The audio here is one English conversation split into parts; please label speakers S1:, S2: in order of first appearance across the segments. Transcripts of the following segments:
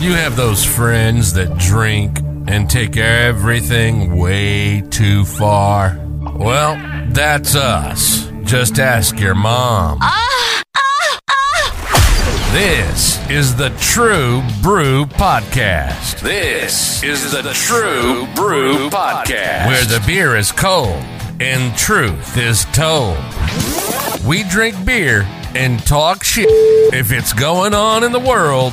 S1: you have those friends that drink and take everything way too far? Well, that's us. Just ask your mom. This is the True Brew Podcast. This is the True Brew Podcast, where the beer is cold and truth is told. We drink beer and talk shit. If it's going on in the world,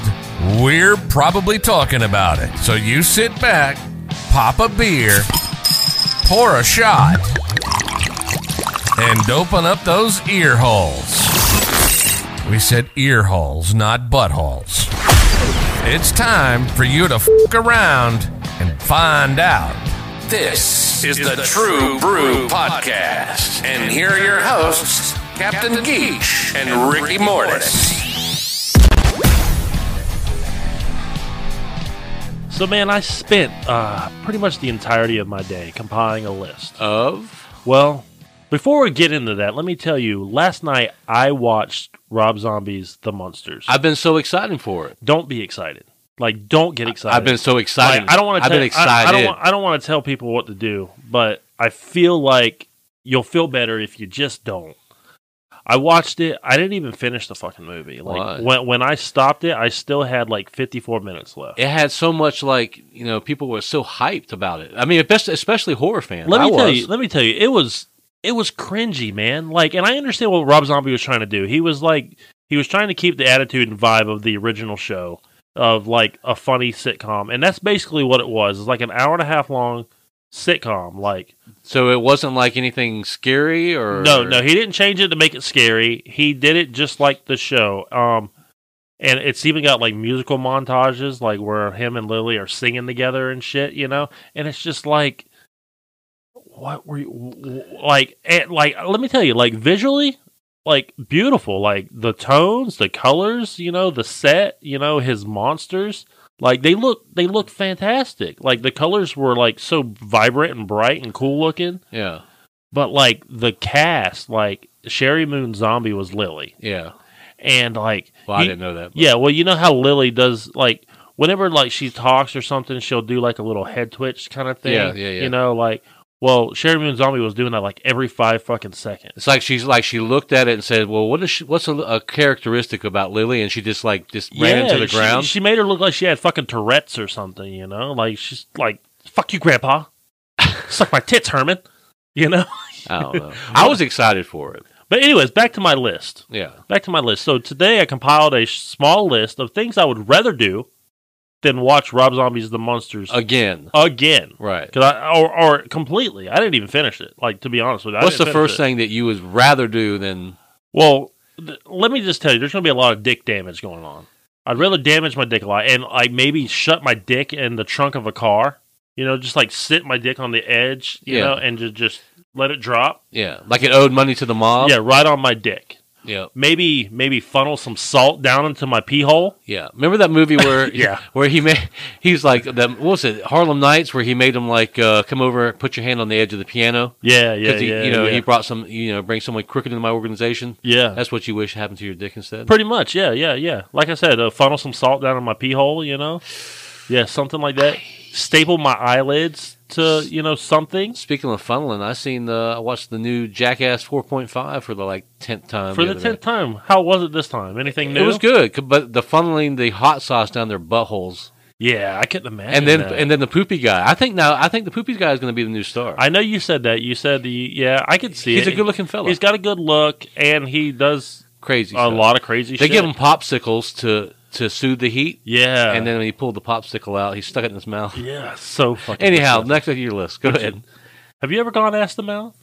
S1: we're probably talking about it. So you sit back, pop a beer, pour a shot, and open up those ear holes. We said ear holes, not buttholes. It's time for you to f around and find out. This is the True Brew Podcast. And here are your hosts, Captain Geach and Ricky Mortis.
S2: So, man, I spent uh, pretty much the entirety of my day compiling a list.
S3: of
S2: Well, before we get into that, let me tell you last night I watched Rob Zombie's The Monsters.
S3: I've been so excited for it.
S2: don't be excited. Like, don't get excited.
S3: I've been so
S2: Like,
S3: excited.
S2: I don't want to.
S3: I've been
S2: I,
S3: excited.
S2: don't. Want, I don't want to tell people what to do, but I feel like you'll feel better if you just don't. I watched it. I didn't even finish the fucking movie. Like
S3: Why?
S2: when when I stopped it, I still had like fifty four minutes left.
S3: it had so much like you know people were so hyped about it. I mean, especially, especially horror fans.
S2: Let
S3: I
S2: me tell
S3: was.
S2: you. Let me tell you. It was it was cringy, man. Like, and I understand what Rob Zombie was trying to do. He was like he was trying to keep the attitude and vibe of the original show of like a funny sitcom, and that's basically what it was. It's like an hour and a half long sitcom. Like,
S3: So it wasn't like anything scary or
S2: no, no, he didn't change it to make it scary. He did it just like the show. Um. And it's even got like musical montages, like where him and Lily are singing together and shit, you know. And it's just like, what were you w- w- like and, like let me tell you like visually like beautiful like the tones the colors you know the set you know his monsters like they look they look fantastic like the colors were like so vibrant and bright and cool looking
S3: Yeah,
S2: but like the cast like sherry moon zombie was lily
S3: yeah.
S2: and like
S3: Well, I
S2: you-
S3: didn't know that. but-
S2: yeah, well, you know how Lily does like whenever like she talks or something, she'll do like a little head twitch kind of thing.
S3: Yeah, yeah, yeah.
S2: You know, like well, Sherry Moon Zombie was doing that like every five fucking seconds.
S3: It's like she's like she looked at it and said, "Well, what is she, what's a, a characteristic about Lily?" And she just like just ran into the
S2: she-
S3: ground.
S2: She, made her look like she had fucking Tourette's or something. You know, like she's like, "Fuck you, Grandpa, suck my tits, Herman." You know.
S3: I don't know. I was excited for it.
S2: But anyways, back to my list.
S3: Yeah,
S2: Back to my list. So today I compiled a sh- small list of things I would rather do than watch Rob Zombie's The Monsters
S3: again,
S2: again.
S3: right?
S2: Cause I or, or completely, I didn't even finish it. Like to be honest with you, I
S3: What's the
S2: didn't finish
S3: first
S2: it.
S3: thing that you would rather do than
S2: Well, th- let me just tell you, there's gonna be a lot of dick damage going on. I'd rather damage my dick a lot, and like maybe shut my dick in the trunk of a car. You know, just like sit my dick on the edge, you
S3: Yeah.
S2: know, and just just let it drop.
S3: yeah, like it owed money to the mob?
S2: yeah, right on my dick.
S3: yeah,
S2: Maybe maybe funnel some salt down into my pee hole.
S3: yeah. Remember that movie where
S2: Yeah.
S3: where he made he's like that what was it Harlem Nights where he made him like uh, come over, put your hand on the edge of the piano
S2: Yeah, yeah,
S3: he,
S2: yeah.
S3: you know
S2: yeah.
S3: he brought some you know bring someone crooked into my organization.
S2: yeah.
S3: That's what you wish happened to your dick instead.
S2: Pretty much, yeah, yeah, yeah. Like I said, uh, funnel some salt down in my pee hole, you know? Yeah, something like that. Staple my eyelids to, you know, something
S3: Speaking of funneling, I seen the I watched the new Jackass 4.5 for the like tenth time.
S2: for the
S3: other
S2: tenth
S3: day.
S2: time. How was it this time? Anything new?
S3: It was good, c- but the funneling the hot sauce down their buttholes,
S2: Yeah, I couldn't imagine.
S3: and then
S2: that.
S3: and then the poopy guy. I think now I think the poopy guy is going to be the new star.
S2: I know you said that. You said the yeah, I could see
S3: He's
S2: it.
S3: a good looking fella.
S2: He's got a good look, and he does
S3: crazy.
S2: a
S3: stuff.
S2: lot of crazy.
S3: They
S2: shit.
S3: give him popsicles to to soothe the heat,
S2: yeah,
S3: and then when he pulled the popsicle out, he stuck it in his mouth.
S2: yeah, so fucking.
S3: Anyhow,
S2: disgusting.
S3: next on your list, go
S2: Would
S3: ahead.
S2: have you ever gone ass to mouth?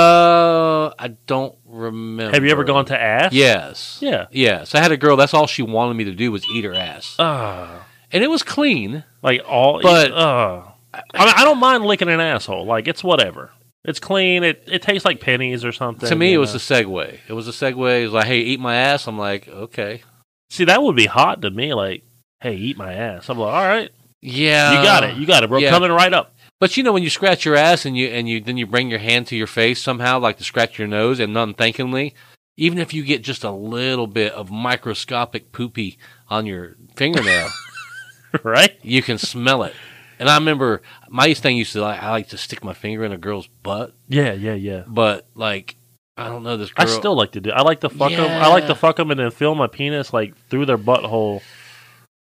S3: Uh, I don't remember.
S2: Have you ever gone to ass?
S3: Yes.
S2: yeah.
S3: Yes. I had a girl. That's all she wanted me to do was eat her ass,
S2: Ah.
S3: and it was clean.
S2: Like all,
S3: But-
S2: uh, I mean, I don't mind licking an asshole. Like it's whatever. It's clean. It it tastes like pennies or something.
S3: to me,
S2: you
S3: it was
S2: know.
S3: a segue. It was a segue. It was like, hey, eat my ass. I'm like, okay.
S2: see that would be hot to me. Like, hey, eat my ass. I'm like, all right,
S3: Yeah,
S2: you got it, you got it, bro.
S3: yeah.
S2: Coming right up.
S3: But you know, when you scratch your ass and you and you then you bring your hand to your face somehow, like to scratch your nose, and unthinkingly, even if you get just a little bit of microscopic poopy on your fingernail,
S2: right?
S3: You can smell it. And I remember my thing used to like I like to stick my finger in a girl's butt,
S2: Yeah, yeah, yeah.
S3: but like I don't know this girl.
S2: I still like to do. I like to fuck them. I like
S3: Yeah.
S2: to fuck them and then feel my penis like through their butthole,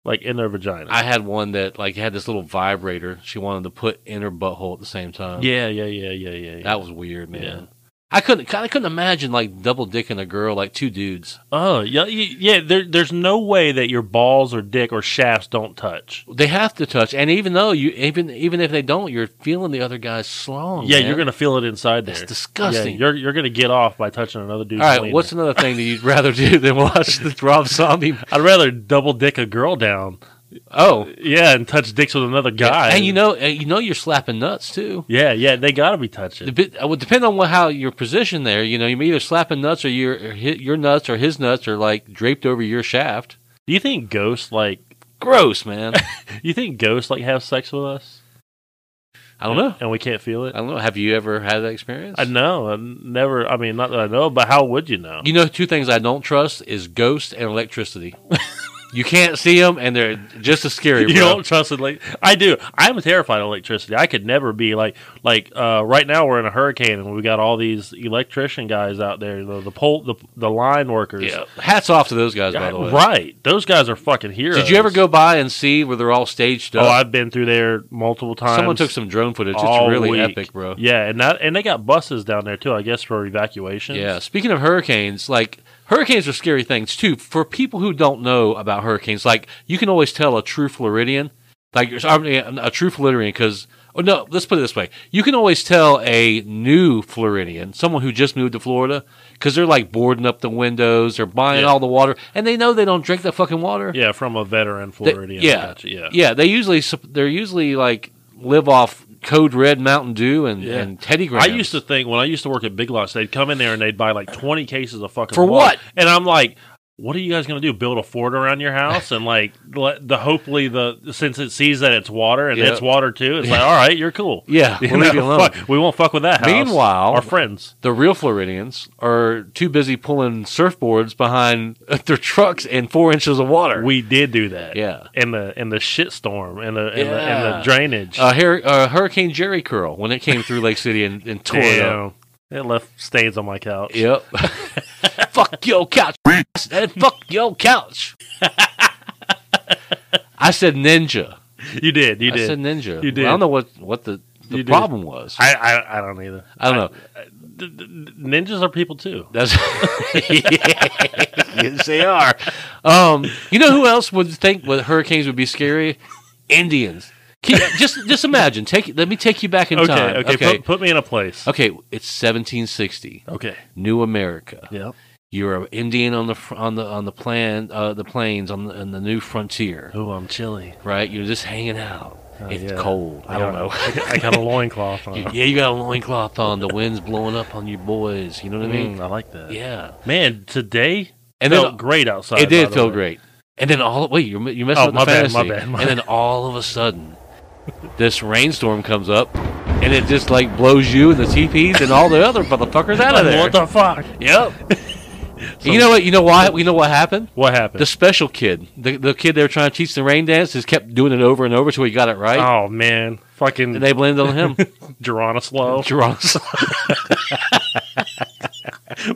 S2: like in their vagina.
S3: I had one that like had this little vibrator she wanted to put in her butthole at the same time.
S2: yeah, yeah, yeah, yeah, yeah. yeah.
S3: That was weird, man.
S2: Yeah.
S3: I couldn't I couldn't imagine like double dicking a girl like two dudes.
S2: oh, yeah, y- yeah. There, there's no way that your balls or dick or shafts don't touch.
S3: They have to touch, and even though you even even if they don't, you're feeling the other guy's slong.
S2: yeah,
S3: Oh, man.
S2: you're gonna feel it inside there.
S3: That's disgusting.
S2: Yeah, you're you're gonna get off by touching another dude's.
S3: All right,
S2: wiener.
S3: what's another thing that you'd rather do than watch the Rob Zombie?
S2: I'd rather double dick a girl down.
S3: Oh,
S2: Yeah, and touch dicks with another guy.
S3: and you know, and you know, you're slapping nuts too.
S2: Yeah, yeah, they gotta be touching.
S3: Dep- uh, well, depending on what, how your position there, you know, you're either slapping nuts or your or hi- your nuts or his nuts are like draped over your shaft.
S2: Do you think ghosts like?
S3: Gross, man.
S2: You think ghosts like have sex with us?
S3: I don't know.
S2: And we can't feel it.
S3: I don't know. Have you ever had that experience?
S2: I know. I never. I mean, not that I know, but how would you know?
S3: You know, two things I don't trust is ghosts and electricity. you can't see them, and they're just as scary.
S2: You
S3: bro.
S2: don't trust it, like I do. I'm terrified of electricity. I could never be like like uh, right now. We're in a hurricane, and we got all these electrician guys out there, the the pole, the the line workers.
S3: Yeah. Hats off to those guys, by the way.
S2: right. Those guys are fucking heroes.
S3: Did you ever go by and see where they're all staged
S2: Oh,
S3: up?
S2: I've been through there multiple times.
S3: Someone took some drone footage. It's
S2: all
S3: really
S2: week.
S3: epic, bro.
S2: Yeah, and that and they got buses down there too. I guess for evacuations.
S3: Yeah. Speaking of hurricanes, like hurricanes are scary things too. For people who don't know about hurricanes, like you can always tell a true Floridian, like you're- I mean, a true Floridian, because oh no, let's put it this way: you can always tell a new Floridian, someone who just moved to Florida, because they're like boarding up the windows, they're buying
S2: Yeah.
S3: all the water, and they know they don't drink that fucking water.
S2: yeah, from a veteran
S3: They-
S2: Floridian.
S3: yeah,
S2: Gotcha, yeah,
S3: yeah. They usually sup- they're usually like live off Code Red Mountain Dew and,
S2: Yeah.
S3: and Teddy Grahams.
S2: I used to think when I used to work at Big Lots, they'd come in there and they'd buy like twenty cases of fucking
S3: For
S2: water.
S3: what?
S2: And I'm like, what are you guys gonna do? Build a fort around your house and like let the hopefully the since it sees that it's water and
S3: Yeah.
S2: it's water too, it's like all right, you're cool.
S3: yeah,
S2: You
S3: we'll
S2: know,
S3: leave you alone.
S2: fuck, we won't fuck with that. House.
S3: Meanwhile-
S2: our friends.
S3: the real Floridians are too busy pulling surfboards behind their trucks in four inches of water.
S2: We did do that.
S3: yeah.
S2: And the and the shitstorm and the and, the, and
S3: Yeah.
S2: the drainage.
S3: Uh, Hur- uh, Hurricane Jerry curl when it came through Lake City and, and tore it up.
S2: Damn. It left stains on my couch.
S3: Yep. fuck your couch. and fuck your couch. I said ninja.
S2: You did. You
S3: I said
S2: did.
S3: ninja.
S2: You did.
S3: I don't know what, what the,
S2: You
S3: the
S2: did.
S3: problem was. I,
S2: I, I I don't either.
S3: don't know.
S2: D- d- d- ninjas are people too.
S3: That's yes, they are. Um, you know who else would think what hurricanes would be scary? Indians. Can- just just imagine. Take let me take you back in
S2: Okay.
S3: time.
S2: Okay.
S3: okay.
S2: Put, put me in a place.
S3: Okay, it's 1760,
S2: Okay.
S3: New America.
S2: Yeah.
S3: You're an Indian on the fr- on the on the plan uh, the plains on the, on the new frontier,
S2: Oh, I'm chilly.
S3: right? You're just hanging out. it's
S2: Oh, yeah.
S3: cold. I don't know.
S2: I got, I got a loincloth on.
S3: You- yeah, you got a loincloth on. The wind's blowing up on your boys. You know what I mean?
S2: Mm, I like that.
S3: Yeah.
S2: Man, today
S3: And
S2: felt
S3: then
S2: great outside.
S3: It
S2: by
S3: did
S2: the
S3: feel
S2: way.
S3: great. And then all wait, you're you messing
S2: Oh,
S3: with the
S2: my bad,
S3: fantasy.
S2: my bad, my
S3: and then all of a sudden, this rainstorm comes up, and it just like blows you and the teepees and all the other motherfuckers out
S2: Like,
S3: of there.
S2: What the fuck?
S3: yep. you know what? You know why? You know what happened?
S2: What happened?
S3: The special kid, the, the kid they were trying to teach the rain dance, just kept doing it over and over till he got it right,
S2: oh man, fucking
S3: and they blamed it on him.
S2: Geronislow.
S3: Geronimo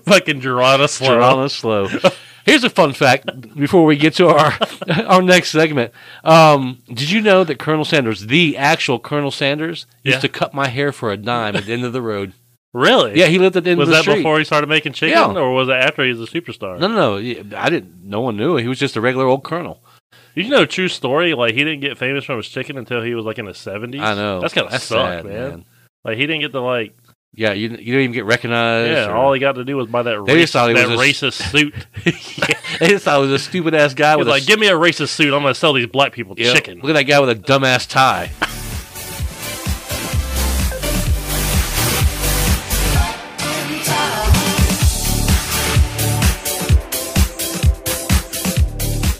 S2: fucking Geronislow.
S3: Geronimo slow. Here's a fun fact before we get to our our next segment. Um, did you know that Colonel Sanders, the actual Colonel Sanders,
S2: Yeah.
S3: used to cut my hair for a dime at the end of the road?
S2: Really?
S3: Yeah, he lived at the end
S2: Was
S3: of the
S2: that
S3: street.
S2: before he started making chicken,
S3: Yeah.
S2: or was it after he was a superstar?
S3: No, no, no. yeah, I didn't. No one knew. He was just a regular old colonel.
S2: Did you know true story? Like he didn't get famous from his chicken until he was like in his seventies.
S3: I know.
S2: That's gotta suck,
S3: sad,
S2: man. Like he didn't get to like
S3: Yeah, you, you didn't even get recognized.
S2: yeah.
S3: or-
S2: All he got to do was buy that
S3: They
S2: race,
S3: just thought he
S2: that
S3: was
S2: racist suit. he
S3: they just thought I was a stupid ass guy
S2: was
S3: with
S2: like,
S3: a
S2: "Give me a racist suit. I'm gonna sell these black people
S3: yeah,
S2: chicken."
S3: Look at that guy with a dumbass tie.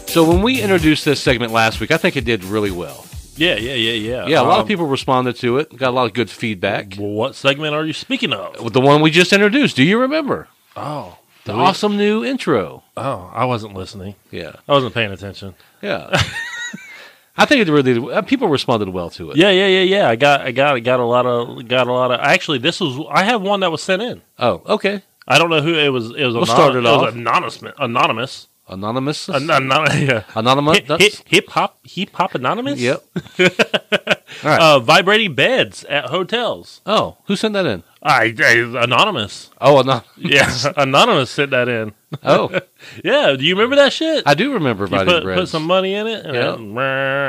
S3: So when we introduced this segment last week, I think it did really well.
S2: Yeah, yeah, yeah, yeah.
S3: Yeah, a lot
S2: Um,
S3: of people responded to it. Got a lot of good feedback.
S2: Well, what segment are you speaking of?
S3: The one we just introduced. Do you remember
S2: Oh,
S3: the awesome new intro?
S2: Oh, I wasn't listening.
S3: Yeah,
S2: I wasn't paying attention.
S3: yeah. I think it really uh, people responded well to it.
S2: Yeah, yeah, yeah, yeah. I got, I got, I got a lot of, got a lot of. Actually, this was. I have one that was sent in.
S3: Oh, okay.
S2: I don't know who it was. It was.
S3: We'll
S2: anon-
S3: start it off.
S2: was anonymous. Anonymous.
S3: Anonymous.
S2: Anonymous. Yeah.
S3: anonymous. that's-
S2: Hip hop. Hip hop. Anonymous.
S3: Yep. All right.
S2: Uh, vibrating beds at hotels.
S3: oh, who sent that in?
S2: I, I anonymous.
S3: Oh, anon-
S2: Yeah, anonymous sent that in.
S3: oh,
S2: Yeah, do you remember that shit?
S3: I do remember
S2: you
S3: Vibrating
S2: put,
S3: Breads.
S2: put some money in it. and
S3: Yeah.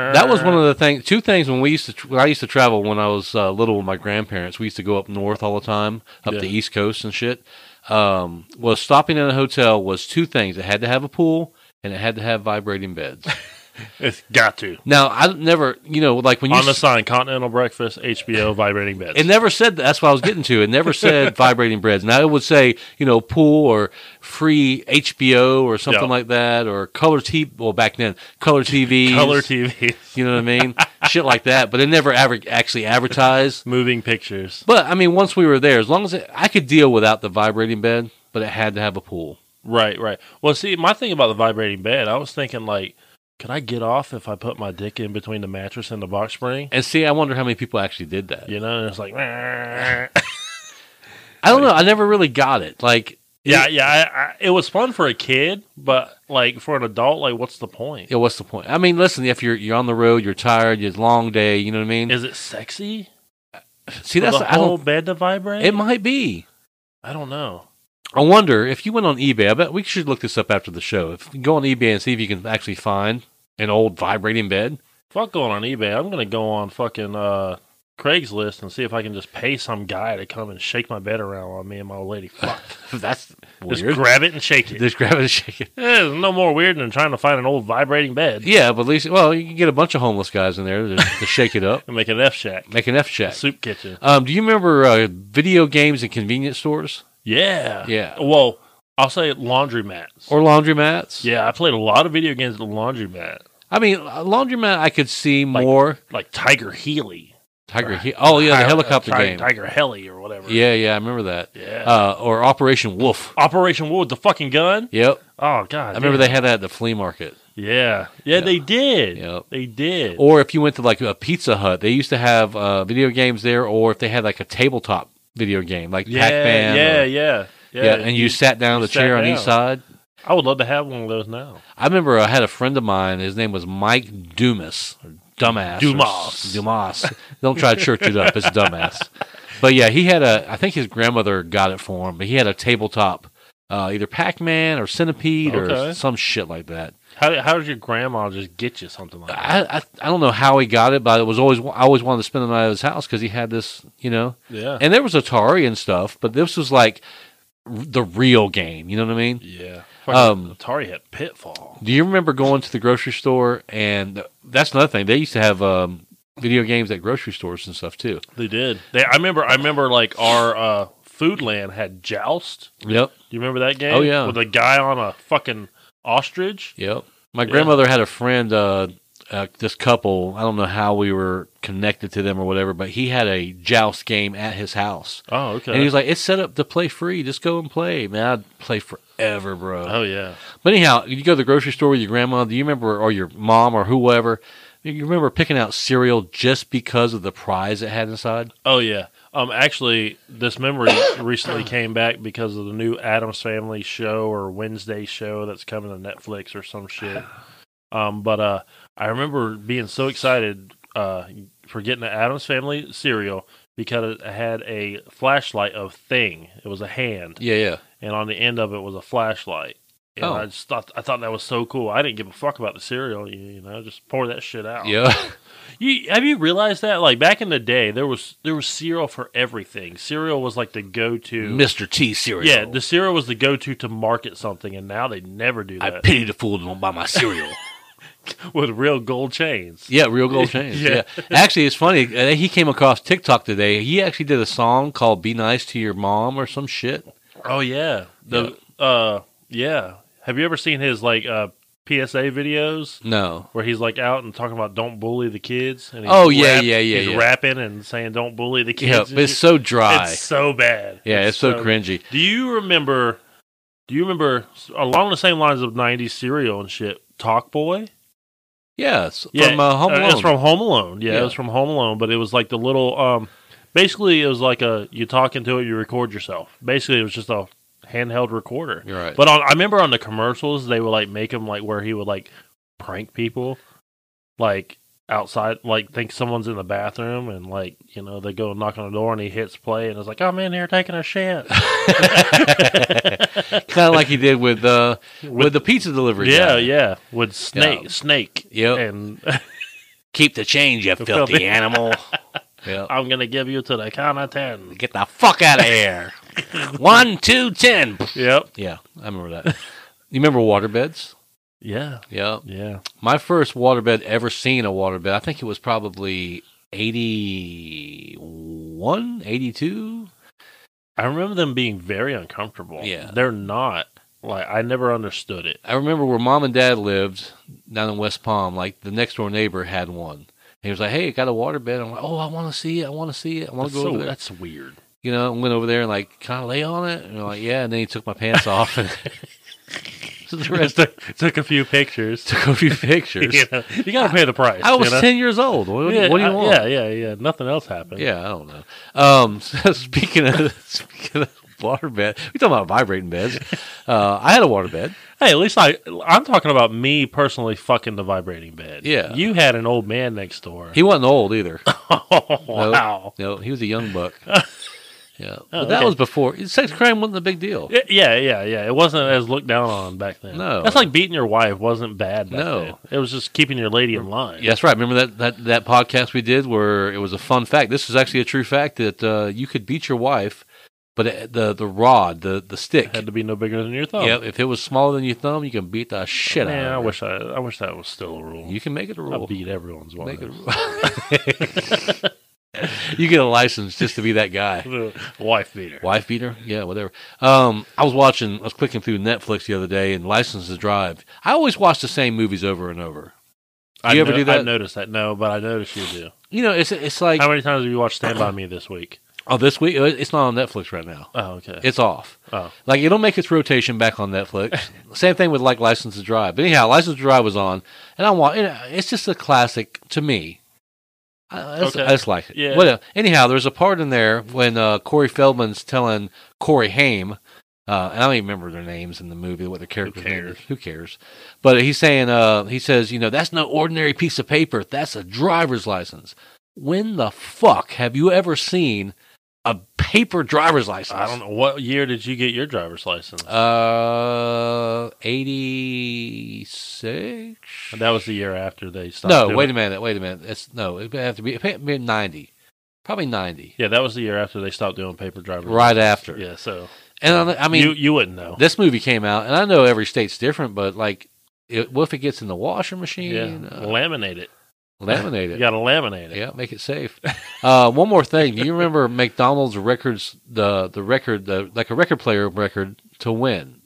S2: it-
S3: That was one of the things. Two things when we used to tr- when I used to travel when I was uh, little with my grandparents. We used to go up north all the time, up
S2: Yeah.
S3: the East Coast and shit. Um, was stopping in a hotel was two things. It had to have a pool and it had to have vibrating beds.
S2: It's got to.
S3: now I never, you know, like when you
S2: On the
S3: s-
S2: sign, Continental Breakfast, HBO, Vibrating Beds.
S3: It never said that. That's what I was getting to. It never said vibrating breads. Now it would say, you know, pool or free HBO or something
S2: Yeah.
S3: like that or color TV. Well, back then, color TV.
S2: Color TV,
S3: You know what I mean? Shit like that. But it never aver- actually advertised.
S2: moving pictures.
S3: But I mean, once we were there, as long as it, I could deal without the vibrating bed, but it had to have a pool.
S2: Right, right. Well, see, my thing about the vibrating bed, I was thinking, like, could I get off if I put my dick in between the mattress and the box spring?
S3: And see, I wonder how many people actually did that.
S2: You know, and it's like,
S3: I don't know. I never really got it. Like,
S2: yeah, yeah. I, I, it was fun for a kid, but like for an adult, like, what's the point?
S3: yeah, what's the point? I mean, listen, if you're you're on the road, you're tired, it's a long day. You know what I mean?
S2: Is it sexy?
S3: see,
S2: For
S3: that's
S2: the
S3: I
S2: whole
S3: don't.
S2: bed to vibrate.
S3: It might be.
S2: I don't know.
S3: I wonder if you went on eBay. I bet we should look this up after the show. If you go on eBay and see if you can actually find an old vibrating bed.
S2: Fuck going on eBay. I'm gonna go on fucking uh, Craigslist and see if I can just pay some guy to come and shake my bed around while me and my old lady fuck.
S3: That's
S2: just
S3: weird.
S2: grab it and shake it.
S3: Just grab it and shake it.
S2: Eh, There's no more weird than trying to find an old vibrating bed
S3: Yeah, but at least well, you can get a bunch of homeless guys in there to, to shake it up,
S2: and make an F shack,
S3: make an F check.
S2: soup kitchen.
S3: Um, do you remember uh, video games in convenience stores
S2: Yeah,
S3: Yeah.
S2: Well, I'll say laundromats.
S3: or laundromats?
S2: yeah, I played a lot of video games at the laundromat,
S3: I mean, a laundromat I could see
S2: Like-
S3: more.
S2: like Tiger Healy.
S3: Tiger. He- oh yeah, the
S2: Tiger-
S3: helicopter
S2: Tiger-
S3: game.
S2: Tiger Heli or whatever.
S3: Yeah, yeah, I remember that.
S2: yeah.
S3: Uh, or Operation Wolf.
S2: Operation Wolf, the fucking gun.
S3: Yep,
S2: Oh god,
S3: I remember they had that at the flea market.
S2: Yeah. yeah, they did.
S3: Yep.
S2: They did.
S3: Or if you went to like a Pizza Hut, they used to have uh, video games there, or if they had like a tabletop video game, like
S2: yeah,
S3: Pac Man.
S2: yeah, yeah, yeah,
S3: yeah, And you sat down
S2: you
S3: the chair
S2: sat
S3: on each
S2: down.
S3: side.
S2: I would love to have one of those now.
S3: I remember I had a friend of mine. His name was Mike Dumas. or Dumbass. or
S2: Dumas.
S3: Dumas. Don't try to church it up. It's dumbass. But yeah, he had a, I think his grandmother got it for him, but he had a tabletop, uh, either Pac Man or Centipede
S2: Okay.
S3: or some shit like that.
S2: How did, how did your grandma just get you something like that?
S3: I, I, I don't know how he got it, but it was always, I always wanted to spend the night at his house because he had this, you know,
S2: Yeah,
S3: and there was Atari and stuff, but this was like r- the real game. You know what I mean?
S2: yeah.
S3: Um,
S2: Um, Atari had Pitfall.
S3: Do you remember going to the grocery store? And th- that's another thing. They used to have um, video games at grocery stores and stuff too.
S2: They did. They. I remember. I remember. Like our uh, Foodland had Joust.
S3: Yep,
S2: Do you remember that game?
S3: Oh, yeah.
S2: with a guy on a fucking ostrich.
S3: yep. My
S2: Yeah.
S3: grandmother had a friend, uh, uh, this couple. I don't know how we were connected to them or whatever, but he had a joust game at his house.
S2: Oh, okay.
S3: And he was like, "It's set up to play free. Just go and play, man. I'd play forever, bro."
S2: oh yeah.
S3: But anyhow, you go to the grocery store with your grandma. Do you remember, or your mom, or whoever? Do you remember picking out cereal just because of the prize it had inside?
S2: Oh yeah. Um, actually, this memory recently came back because of the new Adams Family show or Wednesday show that's coming to Netflix or some shit. Um, but uh, I remember being so excited uh, for getting the Adams Family cereal because it had a flashlight of thing. It was a hand,
S3: Yeah, yeah.
S2: and on the end of it was a flashlight. And
S3: Oh.
S2: I just thought I thought that was so cool. I didn't give a fuck about the cereal, you, you know, just pour that shit out.
S3: Yeah.
S2: You have you realized that like back in the day there was there was cereal for everything. Cereal was like the go to.
S3: Mr. T cereal.
S2: Yeah, the cereal was the go to to market something, and now they never do
S3: I
S2: that
S3: pity the fool that don't buy my cereal.
S2: with real gold chains.
S3: yeah, real gold chains.
S2: Yeah.
S3: yeah. Actually, it's funny. uh, He came across TikTok today. He actually did a song called "Be Nice to Your Mom" or some shit.
S2: Oh yeah, the uh yeah. Have you ever seen his like uh PSA videos
S3: No.
S2: where he's like out and talking about don't bully the kids? And he's
S3: Oh, yeah, yeah, yeah,
S2: He's
S3: yeah.
S2: rapping and saying don't bully the
S3: Yeah,
S2: kids.
S3: but it's so dry.
S2: it's so bad.
S3: yeah, it's, so, cringy.
S2: Do you remember? Do you remember along the same lines of '90s cereal and shit? Talk Boy.
S3: Yes,
S2: Yeah,
S3: from uh, Home
S2: uh,
S3: Alone.
S2: It's from Home Alone. Yeah,
S3: Yeah.
S2: it was from Home Alone, but it was like the little. Um, basically, it was like a you talk into it, you record yourself. Basically, it was just a handheld recorder.
S3: You're right.
S2: But on, I remember on the commercials, they would like make him like where he would like prank people, like outside, like think someone's in the bathroom, and like you know they go knock on the door and he hits play, and it's like I'm in here taking a shit.
S3: kind of like he did with uh, with,
S2: With-
S3: the pizza delivery.
S2: yeah,
S3: guy.
S2: yeah, with snake,
S3: Yeah.
S2: snake,
S3: Yep.
S2: and
S3: Keep the change, you
S2: filthy
S3: filthy animal. yeah.
S2: I'm gonna give you to the count of ten.
S3: Get the fuck out of here. One, two, ten.
S2: Yep.
S3: Yeah, I remember that. You remember waterbeds?
S2: Yeah.
S3: Yeah.
S2: Yeah.
S3: My first waterbed ever seen a waterbed, I think it was probably 81, 82.
S2: I remember them being very uncomfortable.
S3: Yeah.
S2: They're not. Like, I never understood it.
S3: I remember where mom and dad lived down in West Palm, like the next door neighbor had one. He was like, hey, I got a waterbed. I'm like, oh, I want to see it. I want to see it. I want
S2: That's,
S3: to go
S2: so-
S3: over there.
S2: that's weird.
S3: You know, and went over there and like, can I lay on it? And they're like, yeah. And then he took my pants off and so the rest
S2: took, took a few pictures.
S3: took a few pictures.
S2: you, know, you got to pay the price.
S3: I was
S2: you know?
S3: 10 years old. What,
S2: Yeah,
S3: what do you
S2: I-
S3: want?
S2: Yeah, yeah, yeah. Nothing else happened.
S3: Yeah, I don't know. Um, so speaking of speaking of water bed, we talking about vibrating beds. Uh, I had a water bed.
S2: Hey, at least I, I'm talking about me personally fucking the vibrating bed.
S3: Yeah.
S2: You had an old man next door.
S3: He wasn't old either.
S2: oh,
S3: No,
S2: wow.
S3: no, he was a young buck. Yeah, but
S2: Oh,
S3: that
S2: okay.
S3: was before sex crime wasn't a big deal.
S2: Yeah, yeah, yeah, yeah. It wasn't as looked down on back then.
S3: No.
S2: That's like beating your wife wasn't bad back
S3: No.
S2: then. It was just keeping your lady in line.
S3: Yeah, that's right. Remember that, that that podcast we did where it was a fun fact. This is actually a true fact that uh, you could beat your wife, but it, the the rod, the the stick.
S2: Had to be no bigger than your thumb.
S3: Yep, if it was smaller than your thumb, you can beat the shit
S2: Man,
S3: out of
S2: I
S3: her.
S2: wish I, I wish that was still a rule.
S3: You can make it a
S2: I
S3: rule.
S2: beat everyone's wife.
S3: Make it a rule. you get a license just to be that guy.
S2: wife beater.
S3: Wife beater? Yeah, whatever. Um, I was watching, I was clicking through Netflix the other day and License to Drive. I always watch the same movies over and over.
S2: I
S3: you ever
S2: no-
S3: do that?
S2: I noticed that. No, but I noticed you do.
S3: You know, it's it's like,
S2: How many times have you watched Stand by Me this week?
S3: oh, this week, it's not on Netflix right now.
S2: Oh, okay.
S3: It's off.
S2: oh,
S3: Like it'll make its rotation back on Netflix. Same thing with like License to Drive. But anyhow, License to Drive was on, and I want. you know, It's just a classic to me. I, I, just,
S2: Okay.
S3: I just like it.
S2: Yeah.
S3: Whatever. Anyhow, there's a part in there when uh, Corey Feldman's telling Corey Haim. Uh, and I don't even remember their names in the movie, what their characters' name is.
S2: cares?
S3: Who cares? But he's saying, uh, he says, you know, that's no ordinary piece of paper. That's a driver's license. When the fuck have you ever seen a paper driver's license?
S2: I don't know. What year did you get your driver's license?
S3: Uh, 86?
S2: that was the year after they stopped.
S3: No,
S2: doing
S3: wait
S2: it.
S3: a minute. Wait a minute. It's no, it'd have to be, it'd be 90. Probably 90.
S2: Yeah, that was the year after they stopped doing paper driver's.
S3: Right after.
S2: Yeah, so
S3: And I, I mean,
S2: you you wouldn't know.
S3: this movie came out, and I know every state's different, but like, it, what if it gets in the washing
S2: Yeah,
S3: machine? Uh,
S2: laminate it.
S3: laminate
S2: You
S3: it.
S2: got to laminate it.
S3: Yeah, make it safe. Uh, one more thing. Do you remember McDonald's records? The the record, the like a record player record to win.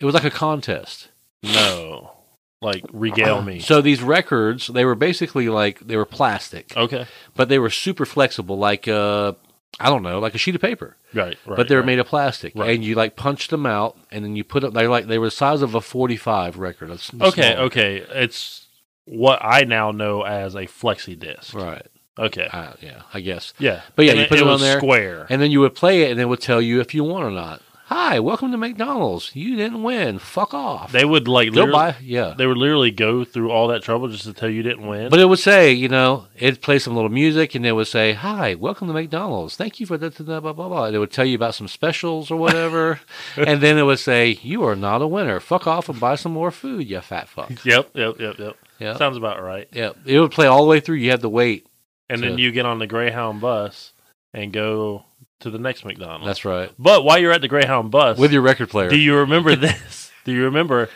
S3: It was like a contest.
S2: No, like regale me.
S3: So these records, they were basically like they were plastic,
S2: Okay,
S3: but they were super flexible, like uh, I don't know, like a sheet of paper,
S2: right, right.
S3: but they were
S2: right.
S3: made of plastic,
S2: Right.
S3: and you like punched them out, and then you put them. They like they were the size of a forty-five record. That's
S2: Okay,
S3: small.
S2: okay. It's what I now know as a flexi disc.
S3: right,
S2: Okay.
S3: I, yeah, I guess.
S2: Yeah.
S3: But yeah,
S2: And
S3: you put it on
S2: was
S3: there,
S2: square.
S3: And then you would play it, and it would tell you if you won or not. Hi, welcome to McDonald's. You didn't win. Fuck off.
S2: they would like
S3: Go
S2: literally,
S3: buy. Yeah.
S2: they would literally go through all that trouble just to tell you didn't win.
S3: But it would say, you know, it'd play some little music and it would say, Hi, welcome to McDonald's. Thank you for that, blah, blah, blah, blah. And it would tell you about some specials or whatever. and then it would say, You are not a winner. Fuck off and buy some more food, you fat fuck.
S2: yep, yep, yep, yep.
S3: Yeah.
S2: Sounds about right.
S3: yeah. It would play all the way through. You had to wait.
S2: And
S3: So-
S2: then you get on the Greyhound bus and go to the next McDonald's.
S3: That's right.
S2: but while you're at the Greyhound bus,
S3: With your record player.
S2: do you remember this? do you remember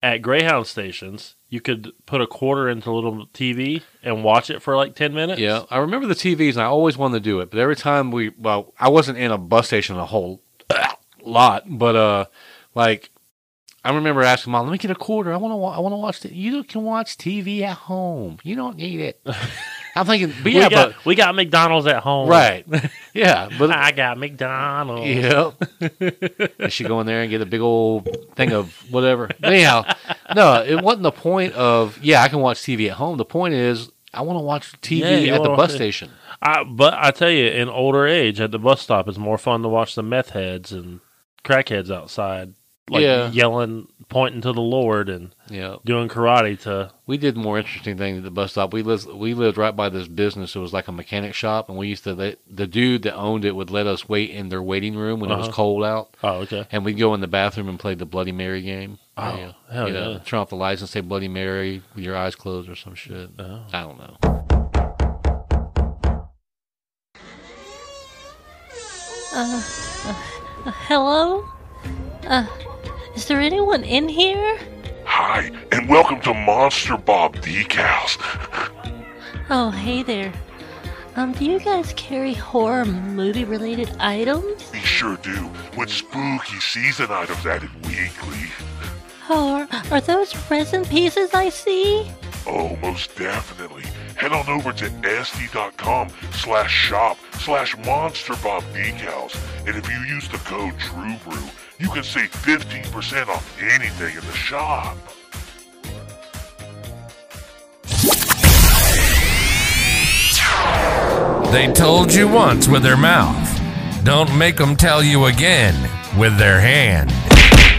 S2: at Greyhound stations you could put a quarter into a little TV and watch it for like ten minutes?
S3: yeah. I remember the TVs and I always wanted to do it. But every time we, well, I wasn't in a bus station a whole lot, but uh, like, I remember asking mom, "Let me get a quarter. I want to. Wa- I want to watch it. You can watch TV at home. You don't need it." I'm thinking, but yeah,
S2: we got we got McDonald's at
S3: but
S2: home.
S3: right, yeah, but
S2: I got McDonald's.
S3: yeah. I should go in there and get a big old thing of whatever. Anyhow, no, it wasn't the point of yeah, I can watch TV at home. The point is, I want to watch TV
S2: Yeah, you
S3: at the
S2: wanna
S3: bus
S2: watch it.
S3: station.
S2: I, but I tell you, in older age, at the bus stop, it's more fun to watch the meth heads and crackheads outside, like
S3: Yeah.
S2: yelling, pointing to the Lord, and
S3: Yeah,
S2: doing karate to.
S3: we did more interesting thing at the bus stop. We lived we lived right by this business. It was like a mechanic shop, and we used to let, the dude that owned it would let us wait in their waiting room when it
S2: Uh-huh.
S3: was cold out.
S2: Oh, okay.
S3: and we'd go in the bathroom and play the Bloody Mary game.
S2: Oh,
S3: Yeah.
S2: hell
S3: you know,
S2: yeah.
S3: Turn off the lights and say Bloody Mary with your eyes closed or some shit.
S2: Oh.
S3: I don't know.
S4: Hello? Uh, is there anyone in here?
S5: Hi, and welcome to Monster Bob Decals.
S4: Oh, hey there. Um, do you guys carry horror movie related items?
S5: We sure do. When spooky season items added weekly.
S4: Or are those present pieces I see?
S5: Oh, most definitely. Head on over to sd.com slash shop slash Monster Bob Decals. And if you use the code DREWBREW, you can save 15% off anything in the shop.
S1: They told you once with their mouth. Don't make them tell you again with their hand.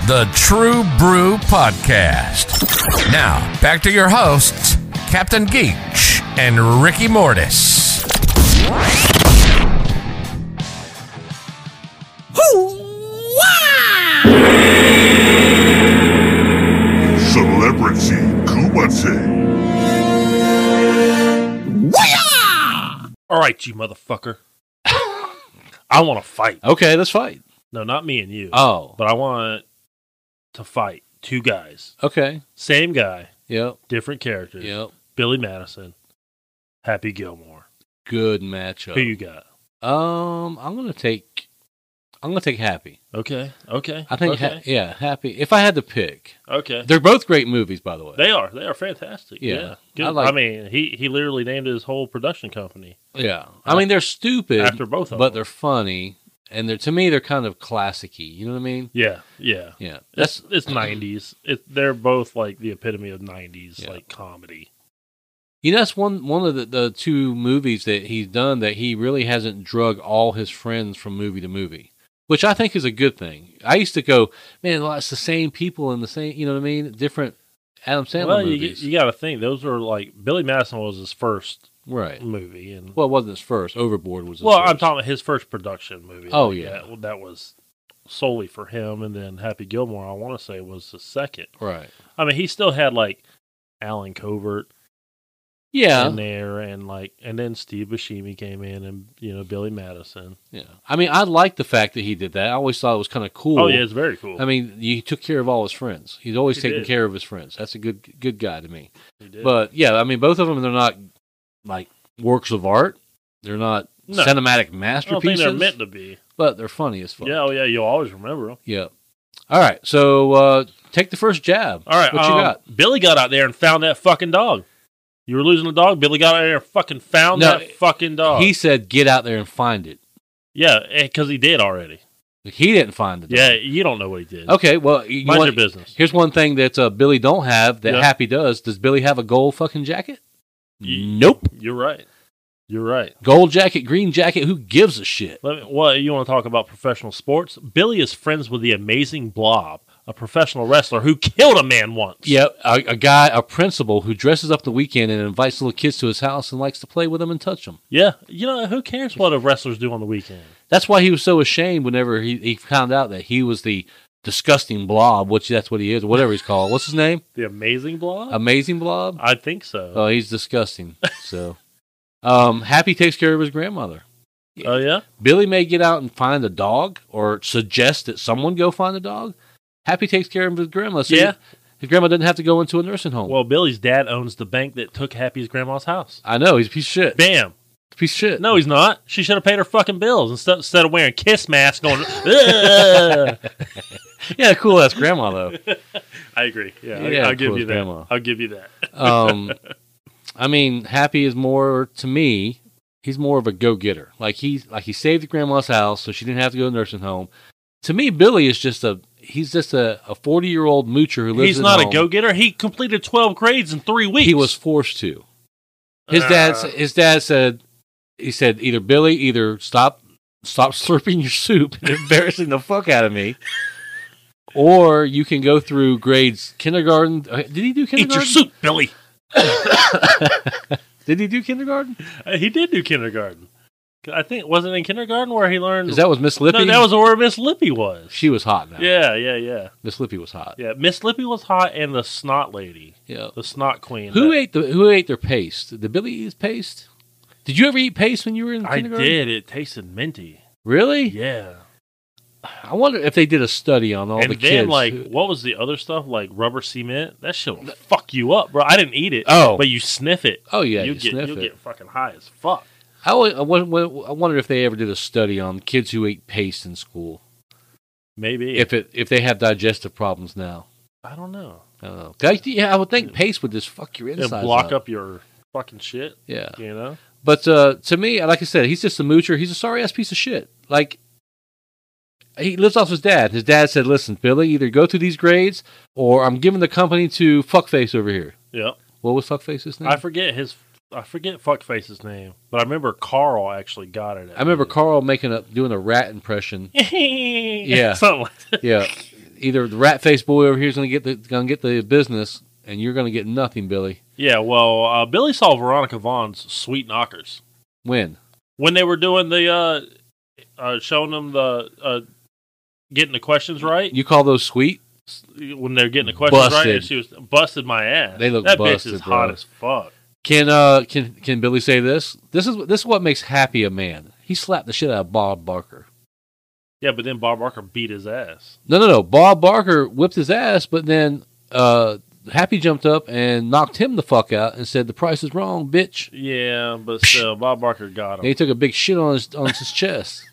S1: The True Brew Podcast. Now, back to your hosts, Captain Geach and Ricky Mortis.
S5: Celebrity Kumate.
S2: All right, you motherfucker. I want to fight.
S3: Okay, let's fight.
S2: No, not me and you.
S3: Oh,
S2: but I want to fight two guys.
S3: okay.
S2: Same guy,
S3: Yep,
S2: different characters.
S3: yep.
S2: Billy Madison, Happy Gilmore.
S3: Good matchup.
S2: Who you got?
S3: um, I'm gonna take. I'm gonna take Happy.
S2: Okay. Okay.
S3: I think. Ha-
S2: Okay.
S3: yeah, Happy. If I had to pick,
S2: okay.
S3: they're both great movies, by the way.
S2: They are. They are fantastic.
S3: Yeah.
S2: Yeah. Good.
S3: I
S2: I,
S3: like-
S2: mean, he he literally named his whole production company
S3: yeah, I mean they're stupid,
S2: after both of
S3: but
S2: them.
S3: they're funny, and they're to me they're kind of classicy. You know what I mean?
S2: Yeah. Yeah.
S3: Yeah,
S2: That's it's nineties. It they're both like the epitome of nineties
S3: Yeah.
S2: like comedy.
S3: You know, that's one one of the, the two movies that he's done that he really hasn't drug all his friends from movie to movie, which I think is a good thing. I used to go, man, well, it's the same people and the same, you know what I mean? Different Adam Sandler
S2: well, you,
S3: movies,
S2: you got to think those were like Billy Madison was his first
S3: right?
S2: movie, and well,
S3: Well, it wasn't his first. Overboard was. His
S2: I'm
S3: first.
S2: talking about his first production movie.
S3: Oh,
S2: Like,
S3: yeah.
S2: that, that was solely for him, and then Happy Gilmore, I want to say, was the second.
S3: right.
S2: I mean, he still had like Alan Covert in
S3: Yeah,
S2: there, and like, and then Steve Buscemi came in, and you know Billy Madison.
S3: yeah. I mean, I like the fact that he did that. I always thought it was kind of cool.
S2: Oh yeah, it's very cool.
S3: I mean, he took care of all his friends. He's always
S2: He
S3: taking
S2: did.
S3: care of his friends. That's a good good guy to me.
S2: He did.
S3: But yeah, I mean, both of them they're not like works of art. They're not
S2: No.
S3: cinematic
S2: I don't think
S3: masterpieces,
S2: they're meant to be.
S3: but they're funny as fuck.
S2: Yeah, oh yeah, you'll always remember them.
S3: Yeah. All right, so uh, take the first jab.
S2: All right,
S3: what
S2: um,
S3: you got?
S2: Billy got out there and found that fucking dog. You were losing the dog. Billy got out there and fucking found
S3: No,
S2: that fucking dog.
S3: He said, "Get out there and find it."
S2: yeah, because he did already.
S3: He didn't find it.
S2: Yeah, you don't know what he did.
S3: Okay. Well, you
S2: mind
S3: want-
S2: your business.
S3: Here's one thing that uh, Billy don't have that
S2: Yeah.
S3: Happy does. Does Billy have a gold fucking jacket?
S2: Ye-
S3: nope.
S2: You're right. You're right.
S3: Gold jacket, green jacket. Who gives a shit?
S2: Let me, what you want to talk about professional sports? Billy is friends with the amazing Blob, a professional wrestler who killed a man once.
S3: Yeah, a, a guy, a principal who dresses up the weekend and invites little kids to his house and likes to play with them and touch them.
S2: yeah. You know who cares what the wrestlers do on the weekend?
S3: That's why he was so ashamed whenever he, he found out that he was the disgusting blob, which that's what he is, or whatever he's called. What's his name?
S2: The amazing Blob?
S3: Amazing Blob?
S2: I think so.
S3: Oh, he's disgusting. So, um, Happy takes care of his grandmother.
S2: oh yeah.
S3: Billy may get out and find a dog or suggest that someone go find a dog. Happy takes care of his grandma. So
S2: Yeah.
S3: His grandma doesn't have to go into a nursing home.
S2: Well, Billy's dad owns the bank that took Happy's grandma's house.
S3: I know. He's a piece of shit.
S2: Bam.
S3: Piece of shit.
S2: No, he's not. She should have paid her fucking bills instead, instead of wearing kiss masks. Going. "Ugh."
S3: Yeah, cool ass grandma, though.
S2: I agree. Yeah, I-
S3: Yeah,
S2: I'll
S3: of
S2: give
S3: course,
S2: you that.
S3: grandma.
S2: I'll give you that.
S3: Um, I mean, Happy is more to me. He's more of a go-getter. Like he like he saved grandma's house, so she didn't have to go to a nursing home. To me, Billy is just a he's just a a forty year old moocher who lives.
S2: He's
S3: at
S2: not a
S3: home.
S2: go getter. He completed 12 grades in three weeks.
S3: He was forced to. His dad s-
S2: Uh.
S3: his dad said he said either Billy either stop stop slurping your soup and embarrassing the fuck out of me. Or you can go through grades kindergarten. uh, Did he do
S2: Eat
S3: kindergarten?
S2: your soup, Billy.
S3: Did he do kindergarten?
S2: Uh, he did do kindergarten. I think, was it in kindergarten where he learned?
S3: Is that was Miss
S2: No,
S3: Lippy?
S2: that was where Miss Lippy was.
S3: she was hot now.
S2: Yeah, yeah, yeah.
S3: Miss Lippy was hot.
S2: Yeah, Miss Lippy was hot and the snot lady,
S3: Yeah.
S2: the snot queen.
S3: Who
S2: that-
S3: ate the Who ate their paste? Did Billy eat his paste? Did you ever eat paste when you were in
S2: I
S3: kindergarten?
S2: did. It tasted minty.
S3: Really?
S2: Yeah.
S3: I wonder if they did a study on all
S2: and
S3: the
S2: then,
S3: kids.
S2: like,
S3: who-
S2: what was the other stuff? Like rubber cement? That shit will fuck you up, bro. I didn't eat it.
S3: Oh.
S2: But you sniff it.
S3: oh yeah, you,
S2: you, get,
S3: sniff
S2: you
S3: it.
S2: get fucking high as fuck.
S3: I, always, I, wonder, I wonder if they ever did a study on kids who ate paste in school.
S2: Maybe.
S3: If it if they have digestive problems now.
S2: I don't know.
S3: I don't know. 'Cause I- yeah, I would think paste would just fuck your
S2: And
S3: insides
S2: block up your fucking shit,
S3: Yeah.
S2: you know?
S3: But uh, to me, like I said, he's just a moocher. He's a sorry ass piece of shit. Like he lives off his dad. His dad said, "Listen, Billy, either go through these grades, or I'm giving the company to fuckface over here."
S2: Yep.
S3: What was fuckface's name?
S2: I forget his. I forget fuckface's name, but I remember Carl actually got it.
S3: I remember Carl making a doing a rat impression.
S2: yeah. Something like that.
S3: yeah, either the rat face boy over here is gonna get the gonna get the business, and you're gonna get nothing, Billy.
S2: Yeah. Well, uh, Billy saw Veronica Vaughn's Sweet Knockers
S3: When?
S2: when they were doing the uh, uh showing them the uh getting the questions right.
S3: You call those sweet?
S2: S- When they're getting the questions right,
S3: Busted.
S2: and she was busted my ass.
S3: They look
S2: that
S3: busted,
S2: bitch is
S3: bro.
S2: hot as fuck.
S3: Can uh can can Billy say this? This is this is what makes Happy a man. He slapped the shit out of Bob Barker.
S2: Yeah, but then Bob Barker beat his ass.
S3: No, no, no. Bob Barker whipped his ass, but then uh, Happy jumped up and knocked him the fuck out and said, "The price is wrong, bitch."
S2: Yeah, but still, Bob Barker got
S3: And he
S2: him.
S3: took a big shit on his on his chest.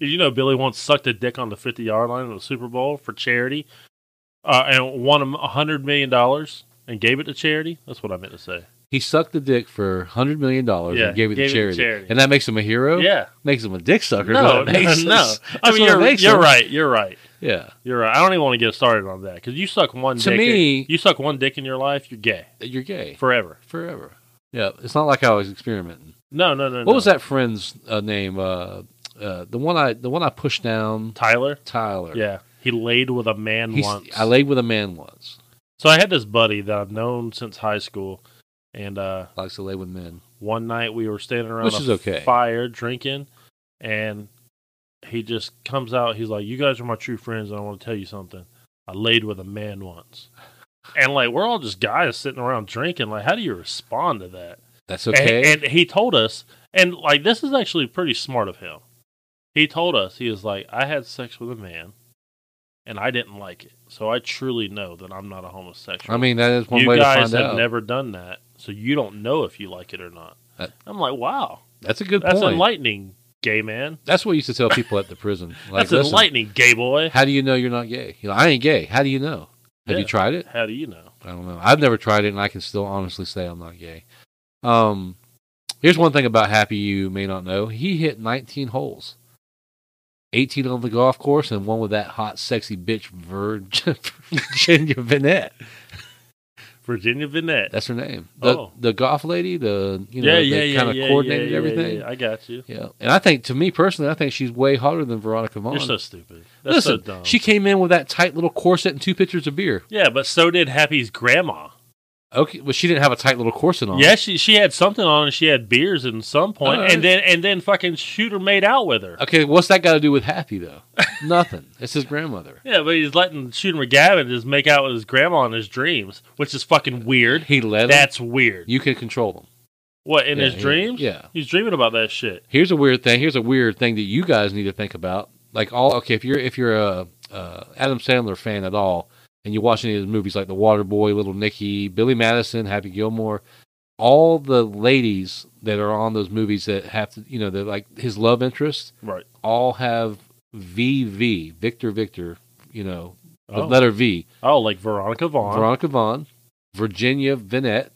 S2: You know, Billy once sucked a dick on the 50 yard line in the Super Bowl for charity uh, and won him $100 million and gave it to charity. That's what I meant to say.
S3: He sucked the dick for hundred million dollars
S2: Yeah,
S3: and gave it
S2: gave it
S3: to
S2: to
S3: charity.
S2: charity.
S3: and that makes him a hero.
S2: Yeah.
S3: makes him a dick sucker.
S2: No, no,
S3: but it makes
S2: no.
S3: us-
S2: I
S3: that's
S2: mean,
S3: what it
S2: you're,
S3: makes
S2: you're
S3: us.
S2: right. You're right.
S3: Yeah,
S2: You're right. I don't even want to get started on that because you suck one
S3: To
S2: dick.
S3: me-
S2: you suck one dick in your life, you're gay
S3: you're gay
S2: forever.
S3: forever. Yeah, it's not like I was experimenting.
S2: No, no, no.
S3: What was that friend's uh, name? Uh, uh, the one I the one I pushed down,
S2: Tyler?
S3: Tyler.
S2: Yeah. He laid with a man
S3: He's-
S2: once.
S3: I laid with a man once.
S2: so I had this buddy that I've known since high school. And uh,
S3: Likes to lay with men.
S2: one night we were standing around
S3: Which
S2: a
S3: is okay.
S2: fire drinking and he just comes out he's like you guys are my true friends and i want to tell you something i laid with a man once and like we're all just guys sitting around drinking like how do you respond to that
S3: That's okay.
S2: and, and he told us and like this is actually pretty smart of him he told us he was like i had sex with a man and i didn't like it so i truly know that i'm not a homosexual
S3: I mean, that is one
S2: you
S3: way to
S2: guys
S3: find
S2: have
S3: out.
S2: never done that, so you don't know if you like it or not.
S3: That-
S2: I'm like, wow,
S3: that's a good
S2: that's
S3: point.
S2: enlightening, gay man.
S3: that's what we used to tell people at the prison. Like,
S2: that's
S3: listen,
S2: enlightening, gay boy.
S3: how do you know you're not gay? You know, I ain't gay. How do you know? Have
S2: Yeah.
S3: you tried it?
S2: How do you know?
S3: I don't know. I've never tried it, and I can still honestly say I'm not gay. Um, here's one thing about Happy you may not know. He hit 19 holes, 18 on the golf course, and one with that hot, sexy bitch Virgin, Virginia Vinette.
S2: Virginia Vinette.
S3: That's her name. The,
S2: Oh.
S3: the golf lady. The you know, they kind of coordinated everything.
S2: yeah. I got you.
S3: Yeah, and I think to me personally, I think she's way hotter than Veronica Vaughn.
S2: You're so stupid. That's
S3: Listen,
S2: so dumb.
S3: she came in with that tight little corset and two pitchers of beer.
S2: yeah, but so did Happy's grandma.
S3: Okay, well, she didn't have a tight little corset on.
S2: Yeah, she she had something on and she had beers at some point,
S3: All right.
S2: and then and then fucking shooter made out with her.
S3: Okay, what's that got to do with Happy though? Nothing. It's his grandmother.
S2: Yeah, but he's letting Shooter McGavin just make out with his grandma in his dreams, which is fucking weird.
S3: He let him.
S2: That's weird.
S3: You can control him.
S2: What in
S3: Yeah,
S2: his
S3: he-
S2: dreams?
S3: yeah.
S2: he's dreaming about that shit.
S3: Here's a weird thing. Here's a weird thing that you guys need to think about. Like all okay, if you're if you're a uh, Adam Sandler fan at all, and you watch any of his movies like The Waterboy, Little Nicky, Billy Madison, Happy Gilmore, all the ladies that are on those movies that have to, you know, they're like his love interests,
S2: Right.
S3: all have VV, Victor Victor, you know, the
S2: Oh,
S3: letter V,
S2: oh like Veronica Vaughn.
S3: Veronica Vaughn, Virginia Vinette,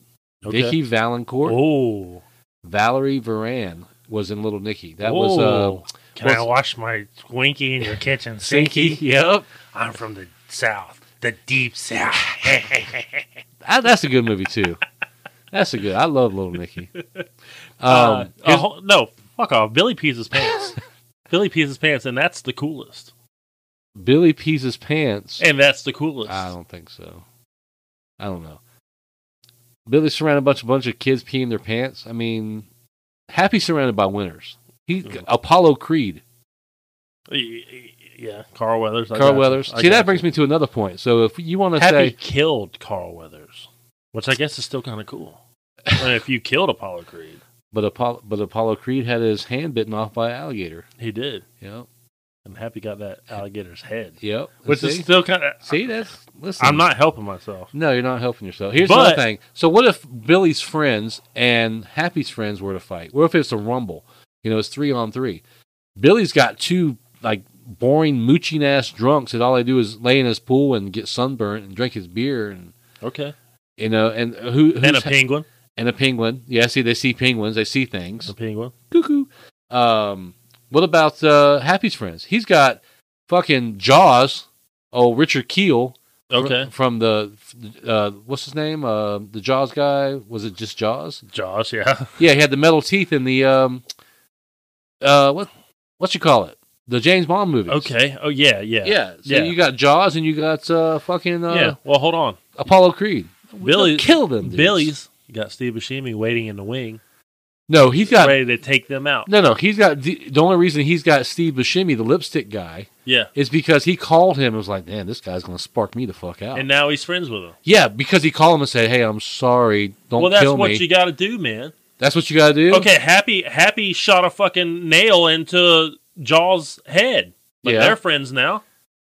S2: Okay.
S3: Vicky Valancourt,
S2: Oh,
S3: Valerie Varan was in Little Nicky. That was uh,
S6: Can I wash my Twinkie in your kitchen?
S3: Sinky.
S6: Sinky.
S3: Yep,
S6: I'm from the South, the Deep South.
S3: I, Ah, that's a good movie too. That's a good. I love Little Nicky. Um,
S2: uh, a
S3: here's-
S2: whole- no, fuck off. Billy pees his pants. Billy pees his pants, and that's the coolest.
S3: Billy pees his pants.
S2: And that's the coolest.
S3: I don't think so. I don't know. Billy surrounded a bunch a bunch of kids peeing their pants. I mean, Happy surrounded by winners. He
S2: Mm.
S3: Apollo Creed,
S2: Y- y- Yeah, Carl Weathers. I
S3: Carl
S2: got
S3: Weathers.
S2: you. I
S3: See,
S2: got
S3: that brings
S2: you.
S3: me to another point. So if you want to
S2: Happy
S3: say,
S2: killed Carl Weathers, which I guess is still kind of cool. I mean, if you killed Apollo Creed,
S3: but Apollo, but Apollo Creed had his hand bitten off by an alligator.
S2: he did,
S3: Yep,
S2: and Happy got that alligator's head,
S3: yep.
S2: which
S3: see,
S2: is still kind of.
S3: see that's listen.
S2: I'm not helping myself.
S3: No, you're not helping yourself. Here's
S2: But-
S3: another thing. So what if Billy's friends and Happy's friends were to fight? What if it's a rumble? You know, it's three on three. Billy's got two like boring mooching ass drunks that all they do is lay in his pool and get sunburnt and drink his beer and
S2: Okay,
S3: you know and who who's,
S2: and a penguin,
S3: and a penguin. Yeah, see they see penguins, they see things.
S2: a penguin.
S3: Cuckoo. Um, what about uh, Happy's friends? He's got fucking Jaws. Oh, Richard Keel fr-
S2: Okay,
S3: From the, uh, what's his name? Uh, the Jaws guy. Was it just Jaws?
S2: Josh. Yeah,
S3: Yeah, he had the metal teeth in the, um, uh, what, what you call it? The James Bond movies.
S2: okay. Oh yeah, yeah,
S3: Yeah. So
S2: yeah.
S3: you got Jaws and you got, uh, fucking, uh,
S2: yeah. Well, hold on.
S3: Apollo Creed.
S2: Billy
S3: Kill them. dudes.
S2: Billy's you got Steve Buscemi waiting in the wing,
S3: No, he's got,
S2: ready to take them out.
S3: no, no, he's got, the, the only reason he's got Steve Buscemi, the lipstick guy,
S2: Yeah,
S3: is because he called him and was like, man, this guy's going to spark me the fuck out.
S2: and now he's friends with him.
S3: yeah, because he called him and said, hey, I'm sorry. Don't
S2: well, that's
S3: kill
S2: what
S3: me.
S2: you got to do, man.
S3: that's what you got to do.
S2: Okay, Happy Happy shot a fucking nail into Jaws' head. But
S3: Yeah.
S2: they're friends now.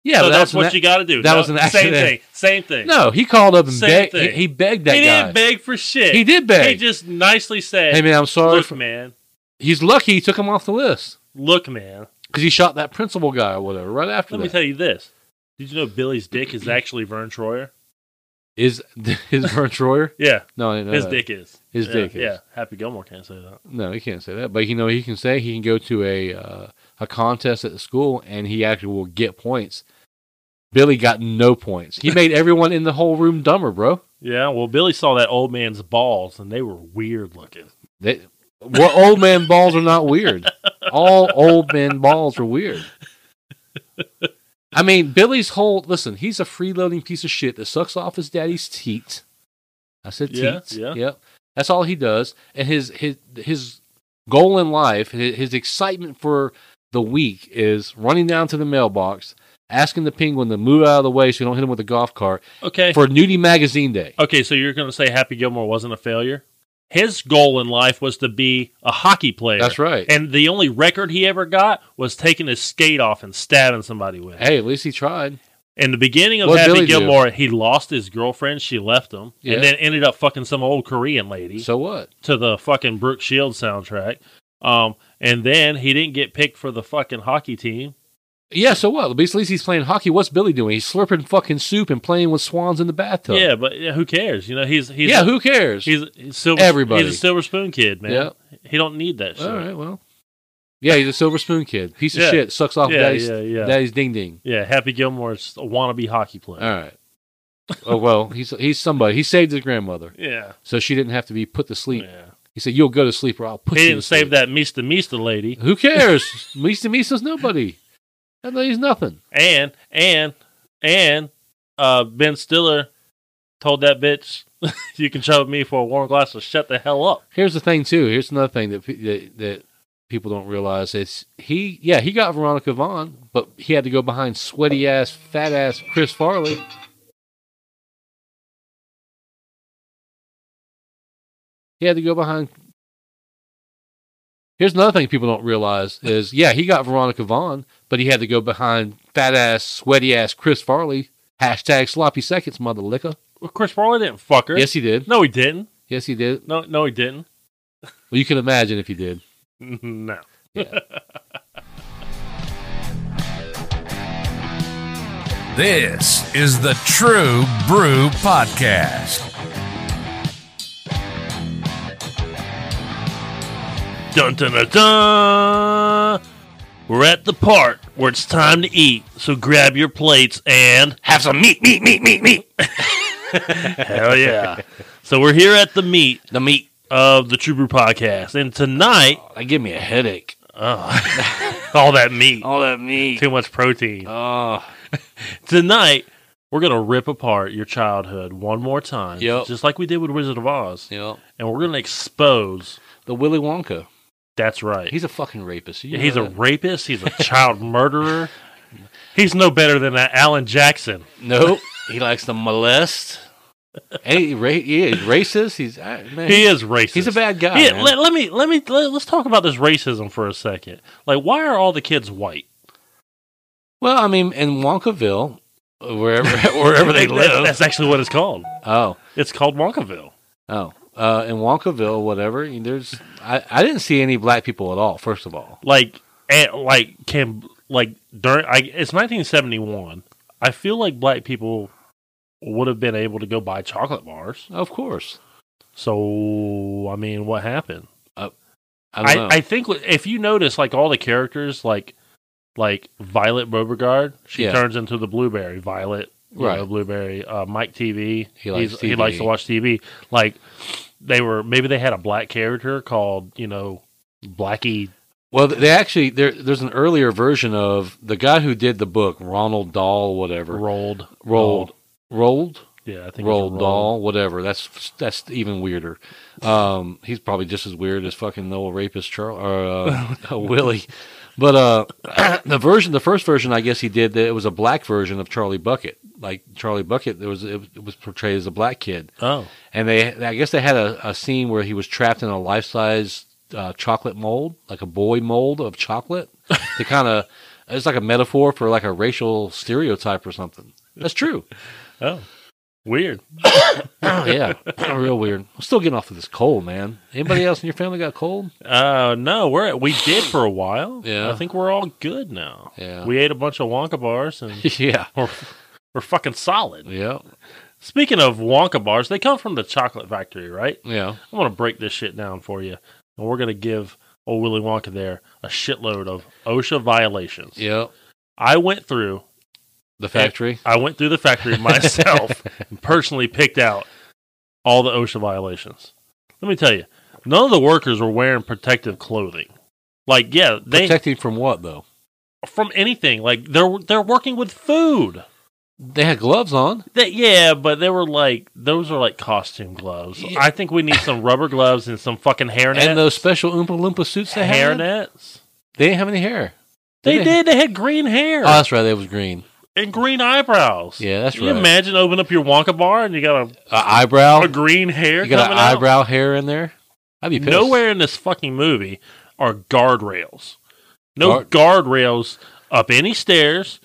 S3: Yeah,
S2: so
S3: but that
S2: that's
S3: was an
S2: what
S3: ac-
S2: you got to do.
S3: that
S2: No,
S3: was an
S2: same
S3: accident.
S2: thing. Same thing.
S3: No, he called up and
S2: Same
S3: begged. He,
S2: thing.
S3: he begged that
S2: he
S3: guy.
S2: didn't beg for shit.
S3: He did beg.
S2: He just nicely said,
S3: hey man, I'm sorry.
S2: "Look,
S3: for,
S2: man,
S3: he's lucky he took him off the list
S2: look, man.
S3: because he shot that principal guy or whatever right after
S2: Let me
S3: that.
S2: tell you this. Did you know Billy's dick is actually Vern Troyer?
S3: Is his Vern Troyer?
S2: Yeah,
S3: No, I didn't know
S2: his
S3: that.
S2: dick is.
S3: His
S2: yeah,
S3: dick is.
S2: Yeah, Happy Gilmore can't say that.
S3: No, he can't say that. But you know, he can say he can go to a uh, a contest at the school and he actually will get points. Billy got no points. He made everyone in the whole room dumber, bro.
S2: Yeah, well, Billy saw that old man's balls, and they were weird looking.
S3: They, well, old man balls are not weird. All old man balls are weird. I mean, Billy's whole listen, he's a freeloading piece of shit that sucks off his daddy's teat. I said teat.
S2: Yeah, yeah.
S3: Yep. That's all he does. And his his his goal in life, his, his excitement for the week is running down to the mailbox, asking the penguin to move out of the way so you don't hit him with a golf cart
S2: Okay,
S3: for nudie magazine day.
S2: Okay, so you're going to say Happy Gilmore wasn't a failure? His goal in life was to be a hockey player.
S3: That's right.
S2: And the only record he ever got was taking his skate off and stabbing somebody with it.
S3: Hey, at least he tried.
S2: In the beginning of
S3: What'd
S2: Happy
S3: Billy do?
S2: Gilmore, he lost his girlfriend. She left him
S3: Yeah.
S2: and then ended up fucking some old Korean lady
S3: So what?
S2: to the fucking Brooke Shields soundtrack. Um, and then he didn't get picked for the fucking hockey team.
S3: Yeah, so what? At least, at least he's playing hockey. What's Billy doing? He's slurping fucking soup and playing with swans in the bathtub.
S2: Yeah, but yeah, who cares? You know, he's he's
S3: yeah. Who cares?
S2: he's, he's silver,
S3: Everybody.
S2: He's a silver spoon kid, man.
S3: Yeah.
S2: He don't need that shit.
S3: All right. Well. Yeah, he's a silver spoon kid. Piece of
S2: Yeah.
S3: shit. Sucks off
S2: Yeah,
S3: daddy's,
S2: yeah, yeah.
S3: daddy's ding ding.
S2: Yeah, Happy Gilmore's a wannabe hockey player.
S3: All right. Oh well, he's he's somebody. He saved his grandmother,
S2: Yeah.
S3: so she didn't have to be put to sleep.
S2: yeah.
S3: He said, "You'll go to sleep, or I'll put
S2: He
S3: you."
S2: didn't
S3: to
S2: save
S3: sleep."
S2: that Mista Mista lady.
S3: Who cares? Misa Misa's nobody. That lady's nothing.
S2: And and and uh Ben Stiller told that bitch you can shove me for a warm glass so shut the hell up.
S3: Here's the thing, too. Here's another thing that pe- that, that people don't realize is he, yeah, he got Veronica Vaughn, but he had to go behind sweaty ass, fat ass Chris Farley. He had to go behind. Here's another thing people don't realize is, yeah, he got Veronica Vaughn, but he had to go behind fat ass, sweaty ass Chris Farley. Hashtag sloppy seconds, mother liquor.
S2: Well, Chris Farley didn't fuck her.
S3: Yes, he did.
S2: No he didn't.
S3: Yes, he did.
S2: No no he didn't. Mm-hmm,
S3: Well, you can imagine if he did.
S2: no.
S1: This is the True Brew Podcast.
S2: Dun dun dun dun. We're at the part where it's time to eat, so grab your plates and
S6: Have some meat, meat, meat, meat, meat.
S2: hell yeah. so we're here at the meat
S3: The meat.
S2: of the True Brew podcast, and tonight,
S3: That give me a headache.
S2: oh, all that meat,
S3: All that meat.
S2: too much protein.
S3: Oh,
S2: Tonight, we're gonna rip apart your childhood one more time,
S3: Yep.
S2: just like we did with Wizard of Oz,
S3: yeah.
S2: and we're gonna expose.
S3: The Willy Wonka.
S2: That's right.
S3: He's a fucking rapist. You
S2: Yeah,
S3: know
S2: he's a
S3: that.
S2: rapist. He's a child murderer. He's no better than that Alan Jackson.
S3: nope. he likes to molest. And he, ra- he is racist. He's uh, man.
S2: He is racist.
S3: He's a bad guy.
S2: Yeah,
S3: man.
S2: let, let me let me let, us talk about this racism for a second. Like, why are all the kids white?
S3: well, I mean, in Wonkaville, wherever wherever they
S2: That's-
S3: live.
S2: That's actually what it's called.
S3: Oh,
S2: It's called Wonkaville.
S3: oh. Uh, in Wonkaville, whatever. There's I, I didn't see any black people at all. First of all,
S2: Like, and, like can like during I, it's 1971. I feel like black people would have been able to go buy chocolate bars.
S3: of course.
S2: So, I mean, what happened?
S3: I,
S2: I,
S3: don't know.
S2: I think wh- if you notice, like all the characters, like like Violet Beauregard, she
S3: Yeah.
S2: turns into the blueberry Violet, you
S3: Right.
S2: know, blueberry. Uh, Mike TV,
S3: He likes
S2: he's- he likes to
S3: TV.
S2: watch TV. Like they were maybe they had a black character called you know Blackie.
S3: Well, they actually there. There's an earlier version of the guy who did the book, Ronald Dahl, whatever.
S2: Rolled,
S3: rolled, rolled,
S2: yeah, oh. I think
S3: rolled doll, whatever. That's that's even weirder. Um, he's probably just as weird as fucking the old rapist Charles or uh, Willie. But uh, the version, the first version, I guess he did. It was a black version of Charlie Bucket. Like Charlie Bucket, there was it was portrayed as a black kid,
S2: Oh,
S3: and they I guess they had a, a scene where he was trapped in a life size uh, chocolate mold, like a boy mold of chocolate. to kind of it's like a metaphor for like a racial stereotype or something. That's true.
S2: oh, weird.
S3: Oh yeah, real weird. I'm still getting off of this cold, man. Anybody else in your family got cold?
S2: Uh, no, we're at, we did for a while.
S3: Yeah.
S2: I think we're all good now.
S3: Yeah.
S2: We ate a bunch of Wonka bars and
S3: yeah,
S2: we're, we're fucking solid.
S3: yeah,
S2: Speaking of Wonka bars, they come from the chocolate factory, right?
S3: yeah.
S2: I'm gonna break this shit down for you, and we're gonna give old Willy Wonka there a shitload of OSHA violations.
S3: Yep.
S2: I went through,
S3: The factory.
S2: I went through the factory myself and personally picked out all the OSHA violations. Let me tell you, none of the workers were wearing protective clothing. Like, yeah, they
S3: Protecting from what though?
S2: from anything. Like they're they're working with food.
S3: They had gloves on.
S2: That, yeah, but they were like those are like costume gloves.
S3: Yeah.
S2: I think we need some rubber gloves and some fucking hairnets.
S3: And those special Oompa Loompa suits they had.
S2: hairnets.
S3: They didn't have any hair.
S2: They
S3: They-
S2: did. They had green hair
S3: Oh, that's right. They was green.
S2: and green eyebrows.
S3: Yeah, that's
S2: Can you
S3: right.
S2: imagine opening up your Wonka bar and you got a,
S3: Uh, eyebrow.
S2: a green hair
S3: You got an
S2: coming out?
S3: eyebrow hair in there. I'd be pissed.
S2: Nowhere in this fucking movie are guardrails. No guardrails up any stairs,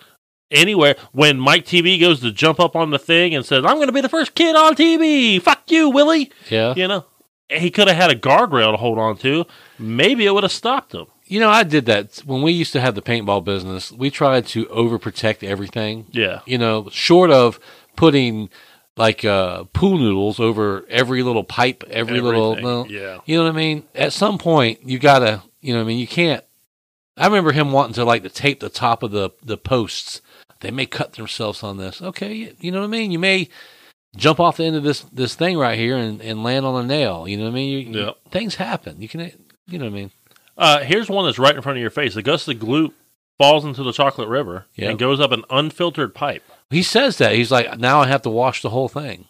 S2: anywhere. When Mike TV goes to jump up on the thing and says, "I'm going to be the first kid on TV," fuck you, Willie.
S3: Yeah.
S2: You know, he could have had a guardrail to hold on to. Maybe it would have stopped him.
S3: You know, I did that when we used to have the paintball business. We tried to overprotect everything.
S2: Yeah.
S3: you know, short of putting like uh, pool noodles over every little pipe, every little,
S2: Everything,
S3: little-
S2: yeah.
S3: you know what I mean. At some point, you gotta, you know, what I mean, you can't. I remember him wanting to like to tape the top of the the posts. They may cut themselves on this. Okay, you, you know what I mean. You may jump off the end of this this thing right here and, and land on a nail. You know what I mean. You,
S2: Yep.
S3: Things happen. You can, you know what I mean.
S2: Uh, here's one that's right in front of your face. A gust of gloop falls into the chocolate river
S3: Yeah.
S2: and goes up an unfiltered pipe.
S3: He says that he's like now I have to wash the whole thing.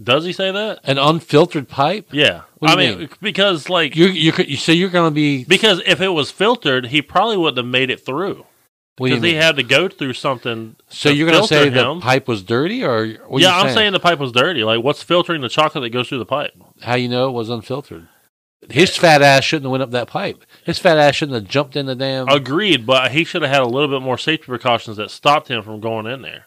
S2: Does he say that?
S3: An unfiltered pipe.
S2: Yeah.
S3: What
S2: I
S3: do you
S2: mean, because like
S3: You you could you say you're gonna be
S2: because if it was filtered, he probably wouldn't have made it through
S3: what do you
S2: because he
S3: mean?
S2: had to go through something.
S3: So
S2: to
S3: you're gonna say
S2: filter
S3: the
S2: him.
S3: pipe was dirty, or what are
S2: yeah,
S3: you
S2: I'm saying? the pipe was dirty. Like, what's filtering the chocolate that goes through the pipe?
S3: how you know it was unfiltered. His fat ass shouldn't have went up that pipe. His fat ass shouldn't have jumped in the damn.
S2: Agreed, but he should have had a little bit more safety precautions that stopped him from going in there.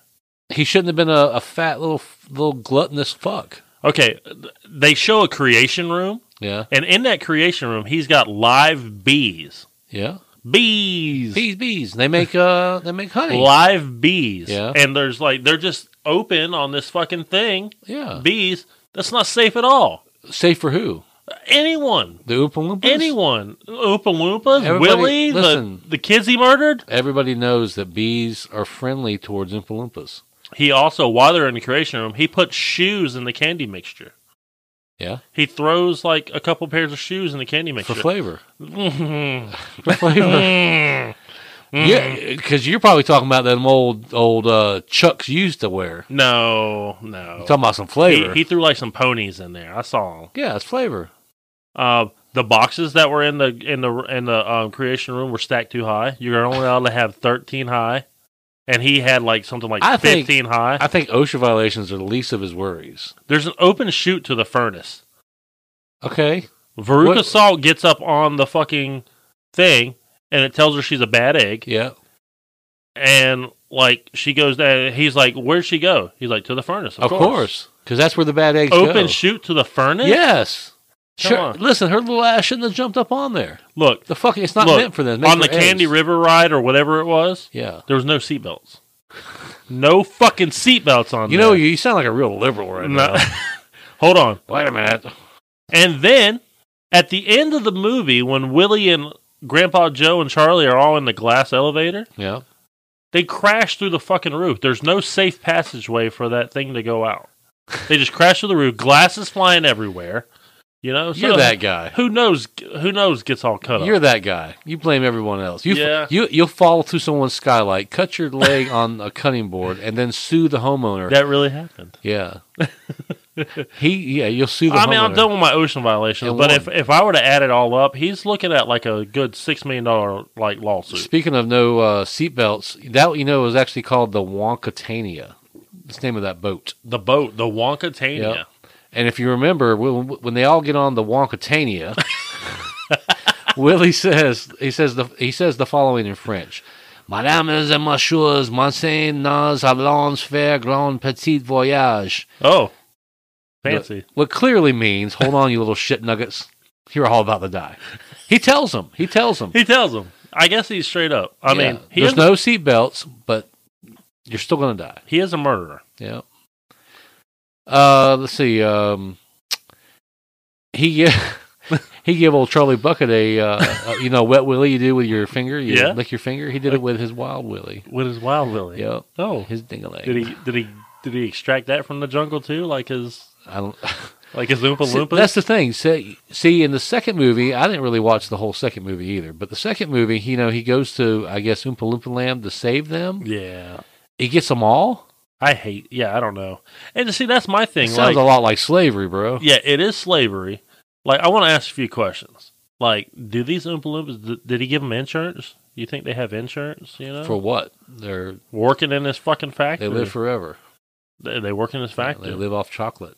S3: he shouldn't have been a, a fat little little gluttonous fuck.
S2: Okay, th- they show a creation room,
S3: Yeah,
S2: and in that creation room, he's got live bees.
S3: yeah.
S2: Bees.
S3: Bees, bees. They make uh, they make honey.
S2: live bees.
S3: Yeah.
S2: And there's like they're just open on this fucking thing.
S3: yeah.
S2: Bees. That's not safe at all.
S3: Safe for who?
S2: Anyone,
S3: The Oompa Loompas?
S2: anyone, Oompa Loompas,
S3: Everybody-
S2: Willie, the,
S3: listen.
S2: the kids he murdered.
S3: Everybody knows that bees are friendly towards Oompa Loompas.
S2: He also, while they're in the creation room, he puts shoes in the candy mixture.
S3: Yeah?
S2: He throws like a couple pairs of shoes in the candy
S3: For
S2: mixture.
S3: flavor.
S2: Mhm.
S3: For flavor.
S2: Mm.
S3: yeah, because you're probably talking about them old, old uh, Chucks used to wear.
S2: No, no.
S3: You're talking about some
S2: He,
S3: flavor.
S2: he threw like some ponies in there. I saw 'em.
S3: yeah, it's flavor.
S2: Uh, the boxes that were in the in the in the um, creation room were stacked too high. You're only allowed to have 13 high, and he had like something like
S3: I think-
S2: 15 high.
S3: I think OSHA violations are the least of his worries.
S2: There's an open chute to the furnace.
S3: Okay.
S2: Veruca
S3: What-
S2: Salt gets up on the fucking thing, and it tells her she's a bad egg.
S3: Yeah.
S2: And like she goes down, he's like, "Where'd she go?" He's like, "To the furnace." Of,
S3: Of course. Because that's where the bad eggs
S2: Open
S3: go.
S2: chute to the furnace.
S3: Yes.
S2: Come
S3: Sure.
S2: on.
S3: Listen, her little ass shouldn't have jumped up on there.
S2: Look
S3: The fuck, it's not
S2: Look,
S3: meant for them. It's meant
S2: on the
S3: for eggs.
S2: Candy River ride or whatever it was.
S3: Yeah.
S2: There was no seatbelts. No fucking seatbelts on.
S3: You know,
S2: there.
S3: you, you sound like a real liberal right
S2: No.
S3: now.
S2: Hold on.
S3: Wait a minute.
S2: And then at the end of the movie, when Willie and Grandpa Joe and Charlie are all in the glass elevator,
S3: Yeah.
S2: they crash through the fucking roof. There's no safe passageway for that thing to go out. They just crash through the roof. Glasses flying everywhere. You know,
S3: You're that guy.
S2: Who knows? Who knows? Gets all cut
S3: You're
S2: up.
S3: that guy. You blame everyone else. You,
S2: Yeah.
S3: you you'll fall through someone's skylight, cut your leg on a cutting board, and then sue the homeowner.
S2: That really happened.
S3: yeah. he yeah, you'll sue the
S2: I
S3: homeowner.
S2: mean, I'm done with my ocean violations,
S3: And
S2: but
S3: one.
S2: if if I were to add it all up, he's looking at like a good six million dollar like lawsuit.
S3: Speaking of no uh, seatbelts, that you know is actually called the Wonkatania. It's the name of that boat.
S2: The boat, the Wonkatania.
S3: Yep. And if you remember, when, when they all get on the Wonkatania, Willie says he says the he says the following in French: "Madames et messieurs, monseigneurs, nous allons faire grand petit voyage."
S2: Oh, fancy.
S3: What clearly means, "Hold on, you little shit nuggets, you're all about to die." He tells them. He tells them.
S2: He tells him. I guess he's straight up. I mean, he
S3: there's
S2: is,
S3: no seatbelts, but you're still gonna die.
S2: he is a murderer.
S3: Yeah. Uh, let's see. Um, he gi- he gave old Charlie Bucket a, uh, a you know wet willy you do with your finger. You
S2: Yeah.
S3: lick your finger. He did it with his wild willy.
S2: With his wild willy.
S3: Yeah,
S2: Oh,
S3: his dingaling.
S2: did he? Did he? Did he extract that from the jungle too? Like his,
S3: I don't.
S2: like his Oompa
S3: See,
S2: Loompa.
S3: that's the thing. See, see, in the second movie, I didn't really watch the whole second movie either. But the second movie, you know, he goes to I guess Oompa Loompa Land to save them.
S2: yeah.
S3: He gets them all.
S2: I hate. Yeah, I don't know. And to see, that's my thing.
S3: Sounds
S2: Like,
S3: a lot like slavery, bro.
S2: yeah, it is slavery. Like, I want to ask a few questions. Like, do these Oompa Loompas? Did, did he give them insurance? You think they have insurance? You know,
S3: For what? They're
S2: working in this fucking
S3: they
S2: factory.
S3: live forever.
S2: They, they work in this factory.
S3: They live off chocolate.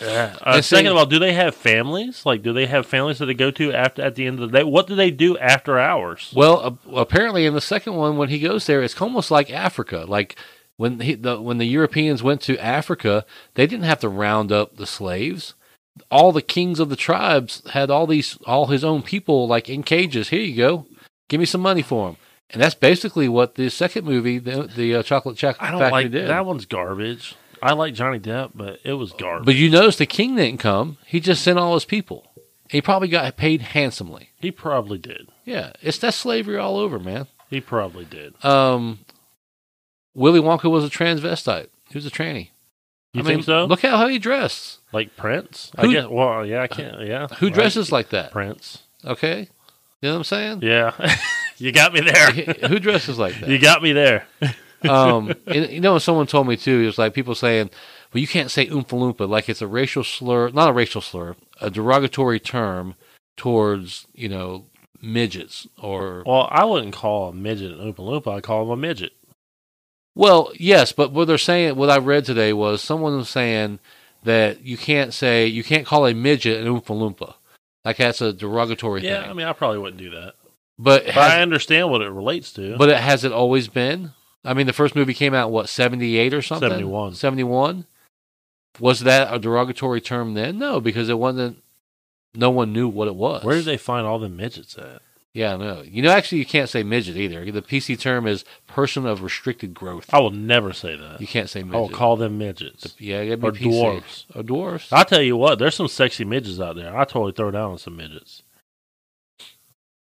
S2: Yeah. Uh,
S3: And see-
S2: second of all, do they have families? Like, do they have families that they go to after at the end of the day? What do they do after hours?
S3: Well, a- apparently in the second one, when he goes there, it's almost like Africa. Like when he, the when the Europeans went to Africa, they didn't have to round up the slaves. All the kings of the tribes had all these all his own people like in cages. Here you go, give me some money for them. And that's basically what the second movie, the, the uh, Chocolate Chac-
S2: I don't
S3: Factory,
S2: like
S3: did.
S2: that one's garbage. I like Johnny Depp, but it was garbage.
S3: But you notice the king didn't come; he just sent all his people. He probably got paid handsomely.
S2: he probably did.
S3: Yeah, it's that slavery all over, man.
S2: He probably did.
S3: um, Willy Wonka was a transvestite. He was a tranny.
S2: You
S3: I
S2: think
S3: mean,
S2: so?
S3: Look at how he dressed.
S2: like Prince? I
S3: Who-
S2: guess. Well, yeah, I can't. Yeah.
S3: Who
S2: Like,
S3: dresses like that?
S2: Prince?
S3: Okay, you know what I'm saying?
S2: Yeah. you got me there.
S3: Who dresses like
S2: you
S3: that?
S2: got me there.
S3: um, and, you know, someone told me too. It was like people saying, "Well, you can't say oompa loompa like it's a racial slur, not a racial slur, a derogatory term towards you know midgets or
S2: Well, I wouldn't call a midget an Oompa Loompa. I'd call him a midget.
S3: Well, yes, but what they're saying, what I read today was someone was saying that you can't say you can't call a midget an oompa loompa, like that's a derogatory
S2: Yeah,
S3: thing.
S2: I mean, I probably wouldn't do that.
S3: but
S2: But I
S3: has,
S2: understand what it relates to.
S3: but it has it always been? I mean, the first movie came out what seventy eight or something?
S2: 71.
S3: Seventy one. Was that a derogatory term then? No, because it wasn't. No one knew what it was.
S2: Where did they find all the midgets at?
S3: Yeah, I know. You know, actually, you can't say midget either. The PC term is person of restricted growth.
S2: I will never say that.
S3: You can't say midget.
S2: I will call them midgets.
S3: Yeah, it'd be
S2: Oh, or
S3: PC.
S2: dwarves.
S3: Or dwarves.
S2: I'll tell you what, there's some sexy midgets out there. I totally throw down on some midgets.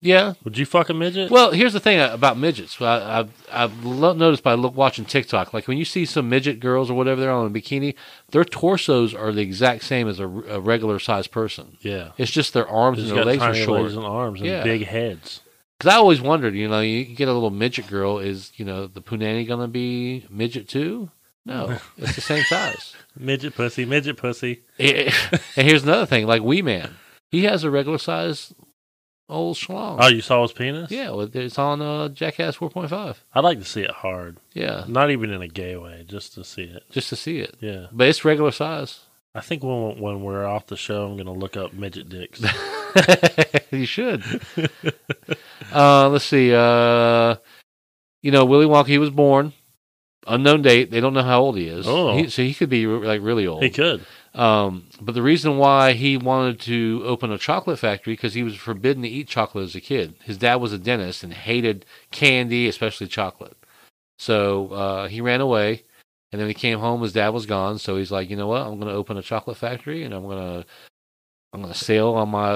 S3: yeah.
S2: Would you fuck a midget?
S3: Well, here's the thing uh, about midgets. Well, I, I've, I've lo- noticed by look, watching TikTok, like when you see some midget girls or whatever they're on a bikini, their torsos are the exact same as a, r- a regular sized person.
S2: yeah.
S3: It's just their arms
S2: Just
S3: and their
S2: got
S3: legs are
S2: tiny
S3: short.
S2: legs and arms and
S3: Yeah.
S2: big heads.
S3: Because I always wondered, you know, you get a little midget girl, is, you know, the punani going to be midget too? No, it's the same size.
S2: Midget pussy, midget pussy.
S3: Eh, and here's another thing like Wee Man, he has a regular size old schlong.
S2: Oh, you saw his penis?
S3: yeah, well, it's on uh, Jackass 4.5.
S2: I'd like to see it hard.
S3: Yeah,
S2: Not even in a gay way, just to see it.
S3: just to see it.
S2: Yeah.
S3: But it's regular size.
S2: I think when when we're off the show, I'm gonna look up midget dicks.
S3: you should. uh, let's see. Uh, you know, Willy Wonka, he was born. Unknown date. They don't know how old he is.
S2: Oh.
S3: He- so he could be like really old.
S2: he could.
S3: Um, but the reason why he wanted to open a chocolate factory because he was forbidden to eat chocolate as a kid. His dad was a dentist and hated candy, especially chocolate. So uh, he ran away, and then when he came home, his dad was gone. So he's like, you know what? I'm going to open a chocolate factory, and I'm going to I'm going to sail on my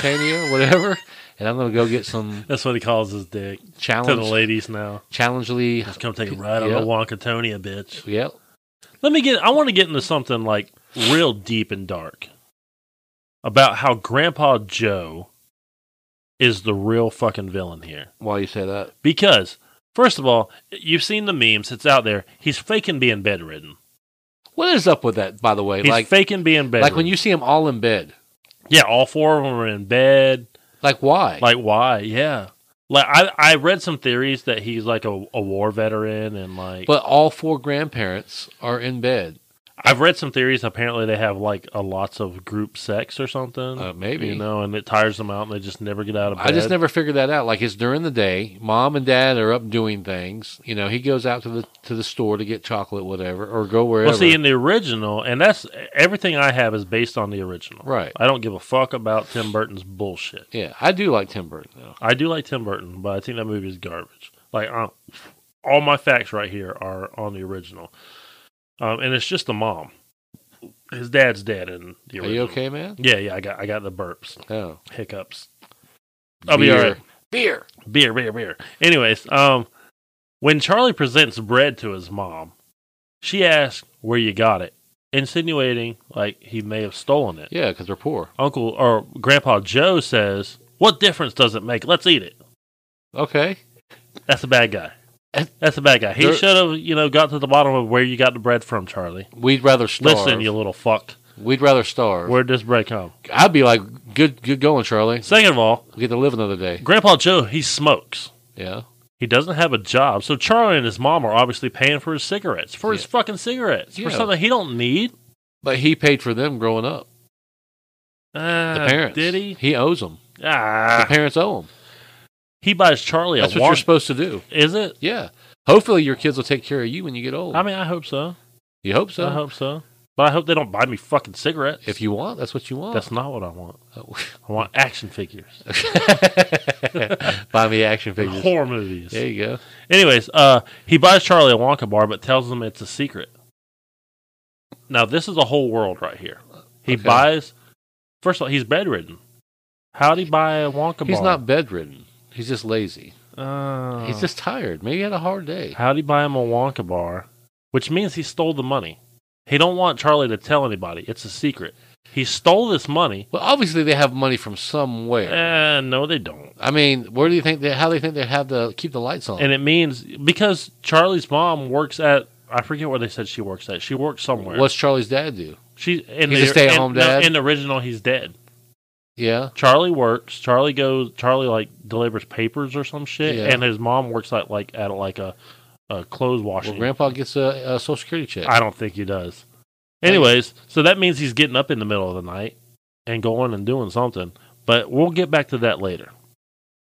S3: Tania, whatever, and I'm going to go get some
S2: That's what he calls his dick to the
S3: challenge,
S2: ladies now.
S3: challengely.
S2: Just come take a ride on
S3: Yeah.
S2: the Wonkatonia, bitch.
S3: Yep.
S2: Let me get. I want to get into something like real deep and dark about how Grandpa Joe is the real fucking villain here.
S3: Why you say that?
S2: Because first of all, you've seen the memes; it's out there. He's faking being bedridden.
S3: What is up with that? By the way,
S2: He's
S3: like
S2: faking being bedridden.
S3: like when you see him all in bed.
S2: yeah, all four of them are in bed.
S3: Like why?
S2: Like why? Yeah. Like I, I read some theories that he's like a, a war veteran and like
S3: But all four grandparents are in bed.
S2: I've read some theories. Apparently, they have like a lots of group sex or something.
S3: Uh, maybe.
S2: you know, and it tires them out, and they just never get out of bed.
S3: I just never figured that out. Like it's during the day, mom and dad are up doing things. You know, he goes out to the to the store to get chocolate, whatever, or go wherever.
S2: Well, see, in the original, and that's everything I have is based on the original.
S3: Right.
S2: I don't give a fuck about Tim Burton's bullshit.
S3: yeah, I do like Tim Burton though.
S2: I do like Tim Burton, but I think that movie is garbage. Like, I don't- all my facts right here are on the original, um, and it's just the mom. His dad's dead in the
S3: Are
S2: original.
S3: you okay, man?
S2: Yeah, yeah. I got, I got the burps,
S3: No.
S2: hiccups. I'll be all right.
S3: Beer.
S2: beer, beer, beer. Anyways, um, when Charlie presents bread to his mom, she asks where you got it, insinuating like he may have stolen it.
S3: Yeah, because they're poor.
S2: Uncle or Grandpa Joe says, "What difference does it make? Let's eat it."
S3: Okay.
S2: That's a bad guy. That's a bad guy. He
S3: There-
S2: should have, you know, got to the bottom of where you got the bread from, Charlie.
S3: We'd rather starve.
S2: Listen, you little fuck.
S3: We'd rather starve.
S2: Where'd this bread come?
S3: I'd be like, good, good going, Charlie.
S2: Second of all,
S3: We get to live another day.
S2: Grandpa Joe, he smokes.
S3: Yeah.
S2: He doesn't have a job, so Charlie and his mom are obviously paying for his cigarettes, for his
S3: Yeah.
S2: fucking cigarettes,
S3: Yeah.
S2: for something he don't need.
S3: But he paid for them growing up. The
S2: Uh,
S3: parents.
S2: Did he?
S3: He owes them. The
S2: Ah,
S3: parents owe him.
S2: he buys Charlie
S3: That's
S2: a
S3: what
S2: watch.
S3: you're supposed to do.
S2: Is it?
S3: Yeah. Hopefully your kids will take care of you when you get old.
S2: I mean, I hope so.
S3: you hope so.
S2: I hope so. But I hope they don't buy me fucking cigarettes.
S3: If you Oh. want, that's what you want.
S2: that's not what I want. I want action figures,
S3: Buy me action
S2: and
S3: figures.
S2: horror movies.
S3: There you go.
S2: Anyways, uh, he buys Charlie a Wonka bar, but tells him it's a secret. Now this is a whole world right here. He
S3: Okay.
S2: buys. First of all, he's bedridden. How'd he buy a Wonka
S3: He's
S2: bar?
S3: not bedridden. He's just lazy.
S2: not.
S3: He's just tired. Maybe he had a hard day.
S2: How'd he buy him a Wonka bar? Which means he stole the money. He don't want Charlie to tell anybody. It's a secret. He stole this money.
S3: Well, obviously they have money from somewhere.
S2: Uh, no, they don't.
S3: I mean, where do you think they? How do you think they have to keep the lights on?
S2: And it means because Charlie's mom works at I forget where they said she works at. She works somewhere.
S3: What's Charlie's dad do?
S2: she in
S3: He's
S2: the
S3: a stay-at-home
S2: in, no,
S3: dad?
S2: in the original he's dead.
S3: Yeah.
S2: Charlie works. Charlie goes Charlie like delivers papers or some shit
S3: Yeah.
S2: and his mom works at like at like a, a clothes
S3: Well,
S2: washing.
S3: Grandpa gets a, a social security check.
S2: I don't think he does. Anyways, so that means he's getting up in the middle of the night and going and doing something. But we'll get back to that later.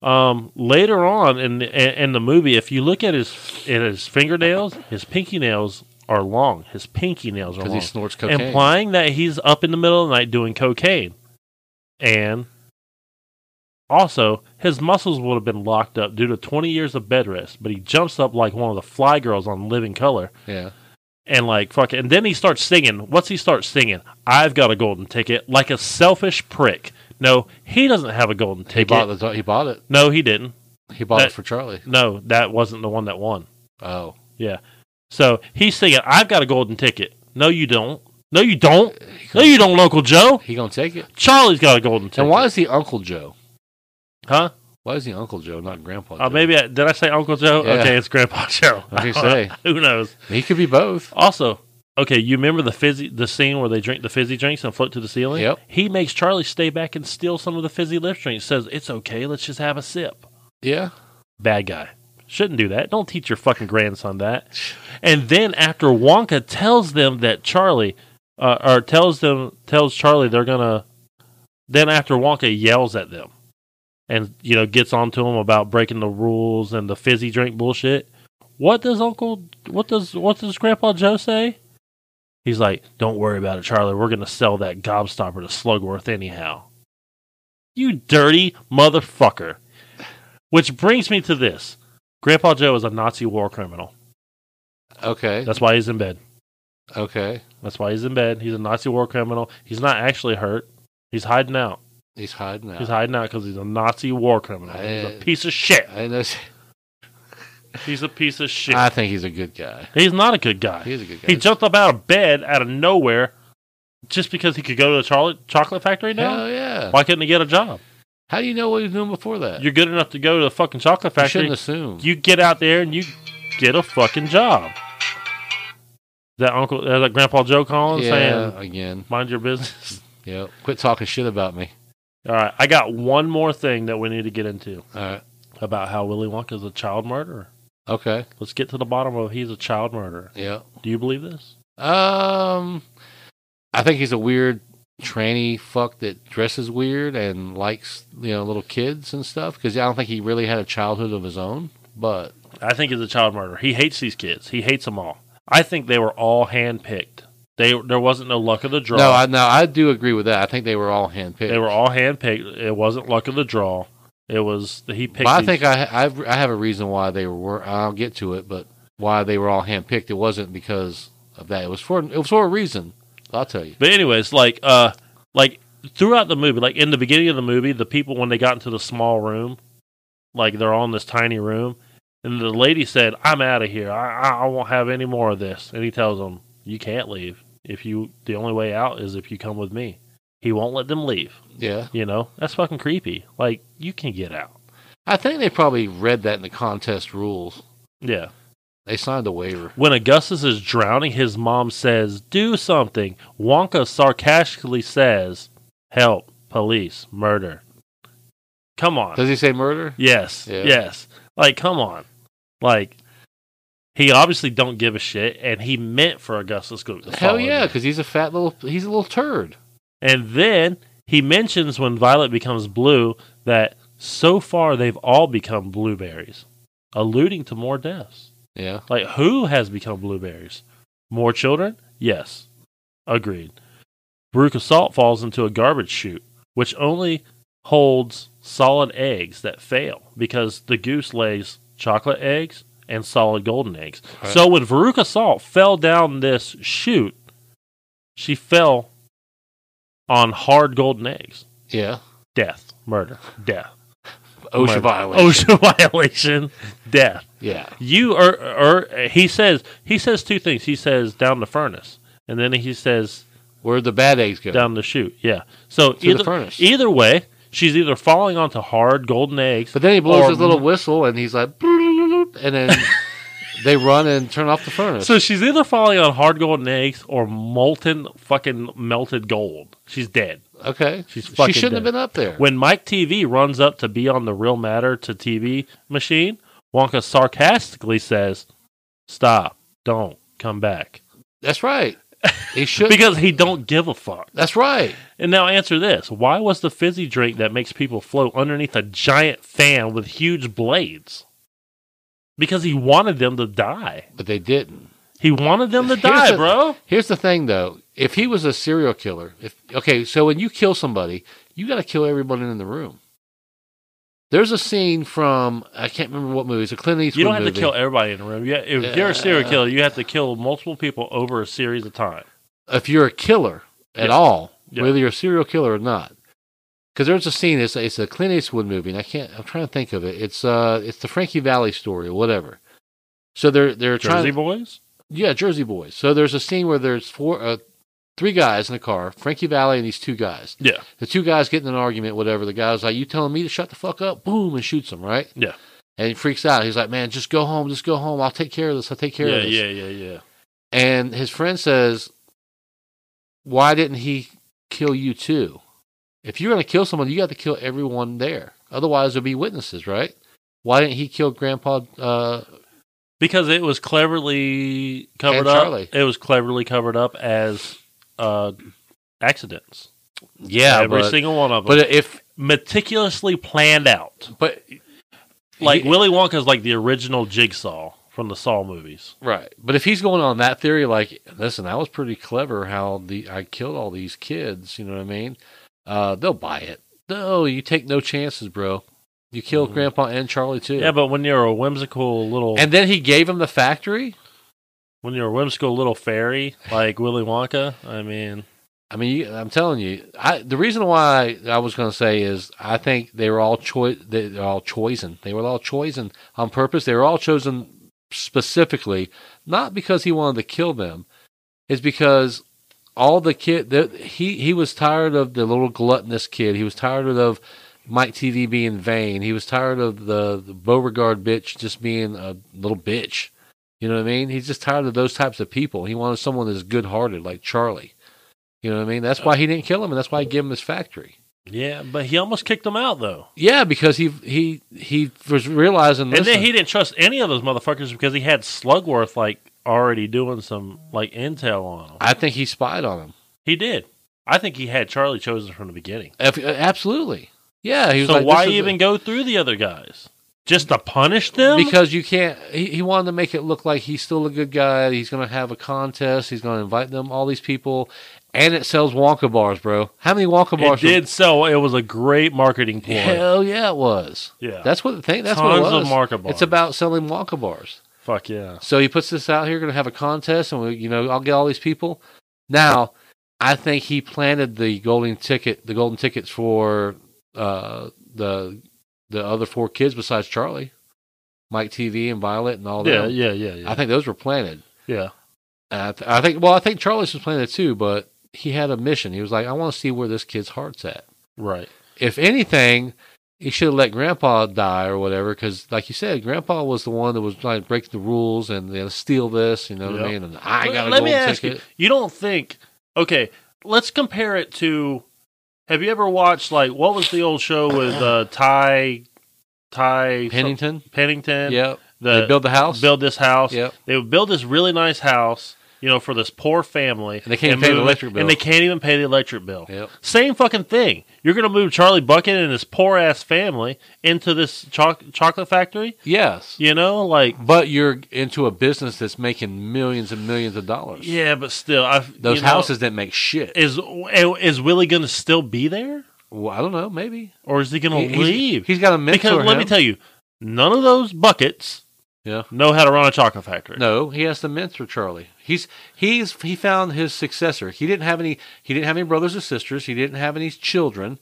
S2: Um, later on in the, in the movie, if you look at his at his fingernails, his pinky nails are long. His pinky nails are
S3: because he
S2: long,
S3: snorts cocaine.
S2: implying that he's up in the middle of the night doing cocaine. And Also, his muscles would have been locked up due to 20 years of bed rest, but he jumps up like one of the fly girls on Living Color
S3: Yeah.
S2: and like fuck it. and then he starts singing. Once he starts singing, I've got a golden ticket, like a selfish prick. No, he doesn't have a golden
S3: He bought
S2: ticket.
S3: the he bought it.
S2: no, he didn't.
S3: He bought
S2: That-
S3: it for Charlie.
S2: No, that wasn't the one that won.
S3: Oh.
S2: Yeah. So he's singing, I've got a golden ticket. No, you don't. No, you don't. No, you don't, Uncle Joe.
S3: He gonna take it.
S2: Charlie's got a golden ticket.
S3: And why is he Uncle Joe?
S2: Huh?
S3: Why is he Uncle Joe, not Grandpa?
S2: Uh,
S3: Joe?
S2: maybe I, did I say Uncle Joe?
S3: Yeah.
S2: Okay, it's Grandpa Joe.
S3: What'd you say?
S2: Who knows?
S3: he could be both.
S2: Also, okay, you remember the fizzy the scene where they drink the fizzy drinks and float to the ceiling?
S3: Yep.
S2: He makes Charlie stay back and steal some of the fizzy lift drinks. Says it's okay, let's just have a sip.
S3: Yeah.
S2: Bad guy. Shouldn't do that. Don't teach your fucking grandson that. And then after Wonka tells them that Charlie, uh, or tells them tells Charlie they're gonna, then after Wonka yells at them, and you know gets onto them about breaking the rules and the fizzy drink bullshit. What does Uncle? What does what does Grandpa Joe say? He's like, "Don't worry about it, Charlie. We're gonna sell that gobstopper to Slugworth anyhow." You dirty motherfucker. Which brings me to this: Grandpa Joe is a Nazi war criminal.
S3: Okay.
S2: That's why he's in bed.
S3: Okay.
S2: That's why he's in bed. He's a Nazi war criminal. He's not actually hurt. He's hiding out.
S3: He's hiding out.
S2: He's hiding out because he's a Nazi war criminal. He's a
S3: Uh,
S2: piece of shit.
S3: I know.
S2: He's a piece of shit.
S3: I think he's a good guy.
S2: he's not a good guy.
S3: He's a good guy.
S2: He jumped up out of bed out of nowhere just because he could go to the chocolate chocolate factory now.
S3: Hell yeah.
S2: Why couldn't he get a job?
S3: How do you know what he was doing before that?
S2: You're good enough to go to the fucking chocolate
S3: you
S2: factory.
S3: shouldn't assume.
S2: you get out there and you get a fucking job. That uncle, uh, that Grandpa Joe calling
S3: yeah.
S2: saying,
S3: Again.
S2: "Mind your business."
S3: Yep. Quit talking shit about me.
S2: All right, I got one more thing that we need to get into
S3: All right.
S2: about how Willy Wonka is a child murderer.
S3: Okay.
S2: Let's get to the bottom of he's a child murderer.
S3: Yeah.
S2: Do you believe this?
S3: Um, I think he's a weird tranny fuck that dresses weird and likes you know little kids and stuff. Because I don't think he really had a childhood of his own. But
S2: I think he's a child murderer. He hates these kids. He hates them all. I think they were all handpicked. They there wasn't no luck of the draw.
S3: no, I no, I do agree with that. I think they were all handpicked.
S2: they were all handpicked. It wasn't luck of the draw. It was he picked.
S3: But I
S2: these-
S3: think I I've, I have a reason why they were. I'll get to it, but why they were all handpicked. It wasn't because of that. It was for it was for a reason. I'll tell you.
S2: But anyways, like uh like throughout the movie, like in the beginning of the movie, the people when they got into the small room, like they're all in this tiny room, and the lady said, "I'm out of here. I, I I won't have any more of this." And he tells them, "You can't leave. If you the only way out is if you come with me." He won't let them leave.
S3: Yeah,
S2: You know that's fucking creepy. Like you can get out.
S3: I think they probably read that in the contest rules.
S2: Yeah.
S3: They signed a waiver.
S2: When Augustus is drowning, his mom says, Do something. Wonka sarcastically says, Help, police, murder. Come on.
S3: Does he say murder?
S2: yes.
S3: Yeah.
S2: Yes. Like, come on. Like, he obviously don't give a shit, and he meant for Augustus Gloop to
S3: Hell
S2: follow
S3: yeah,
S2: him.
S3: because he's a fat little he's a little turd.
S2: And then he mentions when Violet becomes blue that so far they've all become blueberries, alluding to more deaths.
S3: Yeah.
S2: Like, who has become blueberries? More children? Yes. Agreed. Brooke of Salt falls into a garbage chute, which only holds solid eggs that fail because the goose lays chocolate eggs and solid golden eggs.
S3: Right.
S2: So when Veruca Salt fell down this chute, she fell on hard golden eggs.
S3: Yeah.
S2: Death, murder, death,
S3: OSHA Oh,
S2: murder.
S3: violation.
S2: OSHA violation, death.
S3: Yeah.
S2: You are, or he says he says two things. He says down the furnace, and then he says
S3: Where'd the bad eggs go?
S2: down the chute. Yeah. So
S3: the
S2: either
S3: furnace.
S2: either way, she's either falling onto hard golden eggs.
S3: But then he blows
S2: Or-
S3: his little whistle and he's like, "Bloop," and then they run and turn off the furnace.
S2: so she's either falling on hard golden eggs or molten fucking melted gold. She's dead.
S3: okay.
S2: She's
S3: she
S2: fucking
S3: shouldn't have
S2: dead.
S3: been up there.
S2: When Mike TV runs up to be on the Real Matter to TV machine, Wonka sarcastically says, "Stop! Don't come back,"
S3: That's right. He should.
S2: because he don't give a fuck.
S3: That's right.
S2: And now answer this. Why was the fizzy drink that makes people float underneath a giant fan with huge blades? Because he wanted them to die.
S3: But they didn't.
S2: He wanted them to
S3: Here's
S2: die,
S3: the-
S2: bro.
S3: Here's the thing, though. If he was a serial killer, if okay, so when you kill somebody, you got to kill everyone in the room. There's a scene from I can't remember what movie. It's a Clint Eastwood
S2: You don't have
S3: movie.
S2: to kill everybody in the room. Yeah, if you're a serial killer, you have to kill multiple people over a series of time.
S3: if you're a killer at
S2: Yes.
S3: all,
S2: Yeah.
S3: whether you're a serial killer or not. Because there's a scene. It's a, it's a Clint Eastwood movie, and I can't. I'm trying to think of it. It's uh, it's the Frankie Valley story or whatever. So they're they're trying.
S2: Jersey Boys.
S3: Yeah, Jersey Boys. So there's a scene where there's four, uh, three guys in the car, Frankie Valley and these two guys.
S2: Yeah,
S3: The two guys get in an argument, whatever. The guy's like, "You telling me to shut the fuck up?" Boom, and shoots him right.
S2: yeah,
S3: And he freaks out. He's like, "Man, just go home. Just go home. I'll take care of this. I'll take care
S2: yeah,
S3: of this."
S2: yeah, yeah, yeah.
S3: And his friend says, Why didn't he kill you too? If you're going to kill someone, you got to kill everyone there. Otherwise, there'll be witnesses, right? Why didn't he kill Grandpa? Uh,
S2: Because it was cleverly covered
S3: And
S2: up.
S3: Charlie.
S2: It was cleverly covered up as uh, accidents.
S3: yeah,
S2: every
S3: but,
S2: single one of them,
S3: but if
S2: meticulously planned out.
S3: but
S2: Like
S3: Yeah.
S2: Willy Wonka's like the original Jigsaw from the Saw movies.
S3: right, but if he's going on that theory, like, listen, that was pretty clever. How the I killed all these kids. You know what I mean? Uh, they'll buy it. No, you take no chances, bro. You killed Grandpa and Charlie too.
S2: Yeah, but when you're a whimsical little,
S3: and then he gave him the factory.
S2: when you're a whimsical little fairy like Willy Wonka, I mean,
S3: I mean, you- I'm telling you, I the reason why I was going to say is I think they were all choice. They're all chosen. They were all chosen on purpose. They were all chosen specifically, not because he wanted to kill them. It's because all the kid the, he he was tired of the little gluttonous kid. He was tired of Mike TV being vain. He was tired of the, the Beauregard bitch just being a little bitch. You know what I mean? He's just tired of those types of people. He wanted someone that's good-hearted like Charlie. You know what I mean? That's why he didn't kill him, and that's why he gave him his factory.
S2: yeah, but he almost kicked him out though.
S3: Yeah, because he he he was realizing.
S2: And
S3: Listen,
S2: then he didn't trust any of those motherfuckers because he had Slugworth like already doing some like intel on him.
S3: I think he spied on him.
S2: He did. I think he had Charlie chosen from the beginning.
S3: Ab- uh, Absolutely. Yeah. He was
S2: So
S3: like,
S2: why
S3: this is
S2: even
S3: a-
S2: go through the other guys? Just to punish them?
S3: Because you can't. He, he wanted to make it look like he's still a good guy. He's going to have a contest. He's going to invite them, all these people, and it sells Wonka bars, bro. How many Wonka
S2: it
S3: bars?
S2: did sell. It was a great marketing ploy.
S3: Hell yeah, it was.
S2: Yeah.
S3: That's what the thing. That's what it
S2: Tons of
S3: was.
S2: Wonka bars.
S3: It's about selling Wonka bars.
S2: Fuck yeah.
S3: So he puts this out here, going to have a contest, and we, you know, I'll get all these people. Now, I think he planted the golden ticket, the golden tickets for uh, the the other four kids besides Charlie, Mike TV and Violet and all that.
S2: Yeah, yeah, yeah, yeah.
S3: I think those were planted.
S2: yeah.
S3: And I, th- I think, well, I think Charlie's was planted too, but he had a mission. He was like, I want to see where this kid's heart's at
S2: Right.
S3: if anything, he should have let Grandpa die or whatever, because like you said, Grandpa was the one that was trying to break the rules and you know, steal this. You know what
S2: Yep.
S3: I mean? And I
S2: Let-
S3: got
S2: Let
S3: a golden
S2: me ask
S3: ticket.
S2: you. You don't think? Okay, let's compare it to. Have you ever watched like what was the old show with uh, Ty, Ty
S3: Pennington.
S2: Pennington?
S3: Yep.
S2: the
S3: they build the house.
S2: build this house.
S3: Yep.
S2: They would build this really nice house, you know, for this poor family.
S3: And they can't pay the
S2: move-
S3: electric bill.
S2: And they can't even pay the electric bill.
S3: Yep.
S2: Same fucking thing. You're going to move Charlie Bucket and his poor ass family into this choc chocolate factory,
S3: Yes.
S2: you know? Like,
S3: But you're into a business that's making millions and millions of dollars.
S2: yeah, but still. i
S3: Those
S2: you know,
S3: houses didn't make shit.
S2: is is Willie going to still be there?
S3: well, I don't know. Maybe.
S2: Or is he going
S3: He-
S2: to
S3: he's-
S2: leave?
S3: he's got a mentor.
S2: because let me
S3: him.
S2: tell you, none of those buckets
S3: Yeah.
S2: know how to run a chocolate factory.
S3: No, he has to mentor Charlie. He's he's he found his successor. He didn't have any he didn't have any brothers or sisters. He didn't have any children.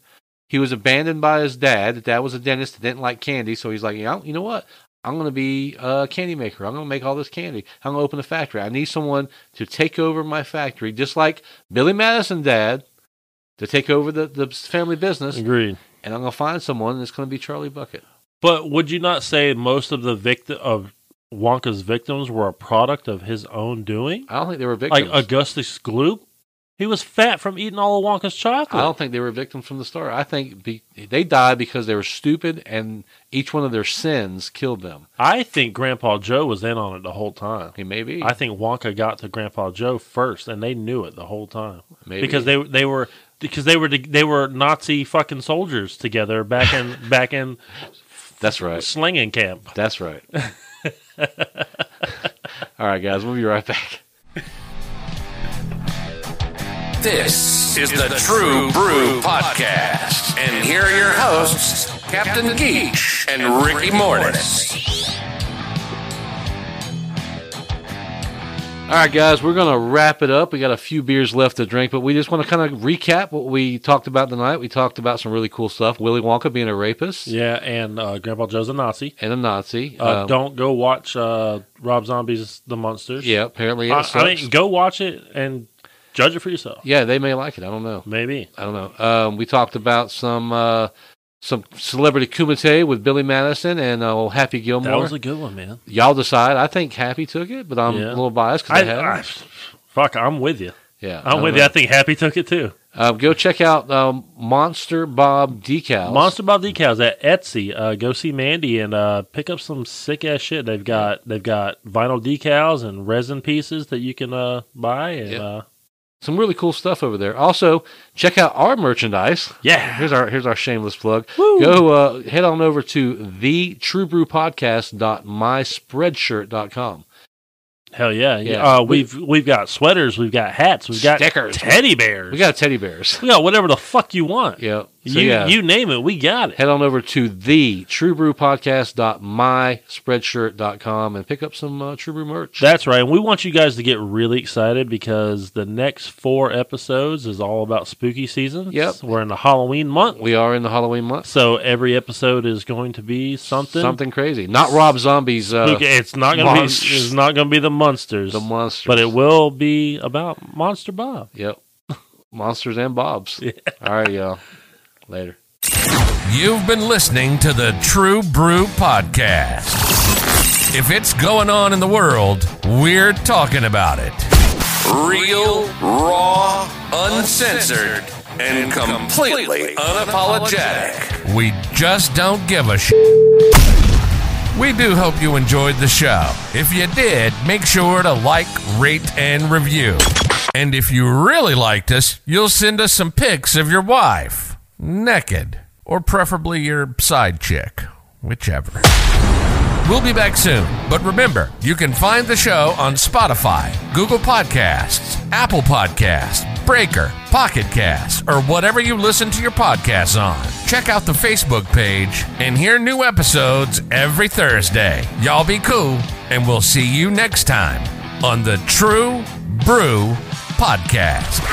S3: He was abandoned by his dad. The dad was a dentist that didn't like candy, so he's like, you know, you know what? I'm gonna be a candy maker. I'm gonna make all this candy. I'm gonna open a factory. I need someone to take over my factory, just like Billy Madison dad to take over the, the family business.
S2: Agreed.
S3: And I'm gonna find someone, and it's gonna be Charlie Bucket.
S2: But would you not say most of the victim of Wonka's victims were a product of his own doing?
S3: I don't think they were victims.
S2: Like Augustus Gloop, he was fat from eating all of Wonka's
S3: I
S2: chocolate.
S3: don't think they were victims from the start. I think be, they died because they were stupid, and each one of their sins killed them.
S2: I think Grandpa Joe was in on it the whole time.
S3: He may be.
S2: I think Wonka got to Grandpa Joe first, and they knew it the whole time
S3: Maybe.
S2: because they they were because they were they were Nazi fucking soldiers together back in back in
S3: That's right.
S2: slinging camp.
S3: That's right. All right, guys, we'll be right back.
S1: This is the True Brew Podcast. And here are your hosts, Captain Geach, and Ricky Mortis.
S3: All right, guys, we're going to wrap it up. We got a few beers left to drink, but we just want to kind of recap what we talked about tonight. We talked about some really cool stuff Willy Wonka being a rapist
S2: Yeah, and uh, Grandpa Joe's a Nazi.
S3: and a Nazi.
S2: Uh,
S3: Um,
S2: don't go watch uh, Rob Zombie's The Monsters.
S3: Yeah, apparently it
S2: I,
S3: sucks.
S2: I mean, go watch it and judge it for yourself.
S3: yeah, they may like it. I don't know.
S2: Maybe.
S3: I don't know. Um, we talked about some uh, some celebrity kumite with Billy Madison and uh, old Happy Gilmore.
S2: That was a good one, man.
S3: Y'all decide. I think Happy took it, but I'm
S2: Yeah.
S3: a little biased because
S2: I,
S3: I, had.
S2: I- fuck, I'm with you.
S3: yeah, I
S2: I'm
S3: don't
S2: with
S3: know.
S2: you. I think Happy took it too.
S3: Um, go check out um, Monster Bob decals.
S2: Monster Bob decals at Etsy. Uh, go see Mandy and uh, pick up some sick ass shit. They've got they've got vinyl decals and resin pieces that you can uh, buy and
S3: Yeah.
S2: uh,
S3: some really cool stuff over there. Also, check out our merchandise.
S2: yeah.
S3: Here's our here's our shameless plug.
S2: Woo.
S3: Go uh, head on over to the truebrewpodcast.myspreadshirt.com.
S2: Hell yeah, yeah.
S3: Yeah.
S2: Uh, we've we've got sweaters, we've got hats, we've got
S3: Stickers.
S2: teddy bears,
S3: We got teddy bears.
S2: we got whatever the fuck you want.
S3: Yeah. So,
S2: you
S3: yeah.
S2: you name it, we got it.
S3: head on over to the truebrewpodcast.myspreadshirt.com and pick up some uh, True Brew merch.
S2: That's right. And we want you guys to get really excited because the next four episodes is all about spooky season.
S3: Yep.
S2: We're in the Halloween month.
S3: we are in the Halloween month.
S2: So every episode is going to be something.
S3: Something crazy. Not Rob Zombie's uh,
S2: Okay, it's not gonna be
S3: monsters.
S2: it's not gonna be the monsters,
S3: The Monsters.
S2: but it will be about Monster Bob.
S3: Yep. Monsters and Bobs. All right, y'all. Later.
S1: You've been listening to the True Brew Podcast. If it's going on in the world, we're talking about it. Real, raw, uncensored, and completely unapologetic. We just don't give a shit. We do hope you enjoyed the show. If you did, make sure to like, rate, and review. And if you really liked us, you'll send us some pics of your wife, naked, or preferably your side chick, whichever. We'll be back soon, but remember, you can find the show on Spotify, Google Podcasts, Apple Podcasts, Breaker, Pocket Casts, or whatever you listen to your podcasts on. Check out the Facebook page and hear new episodes every Thursday. Y'all be cool, and we'll see you next time on the True Brew Podcast.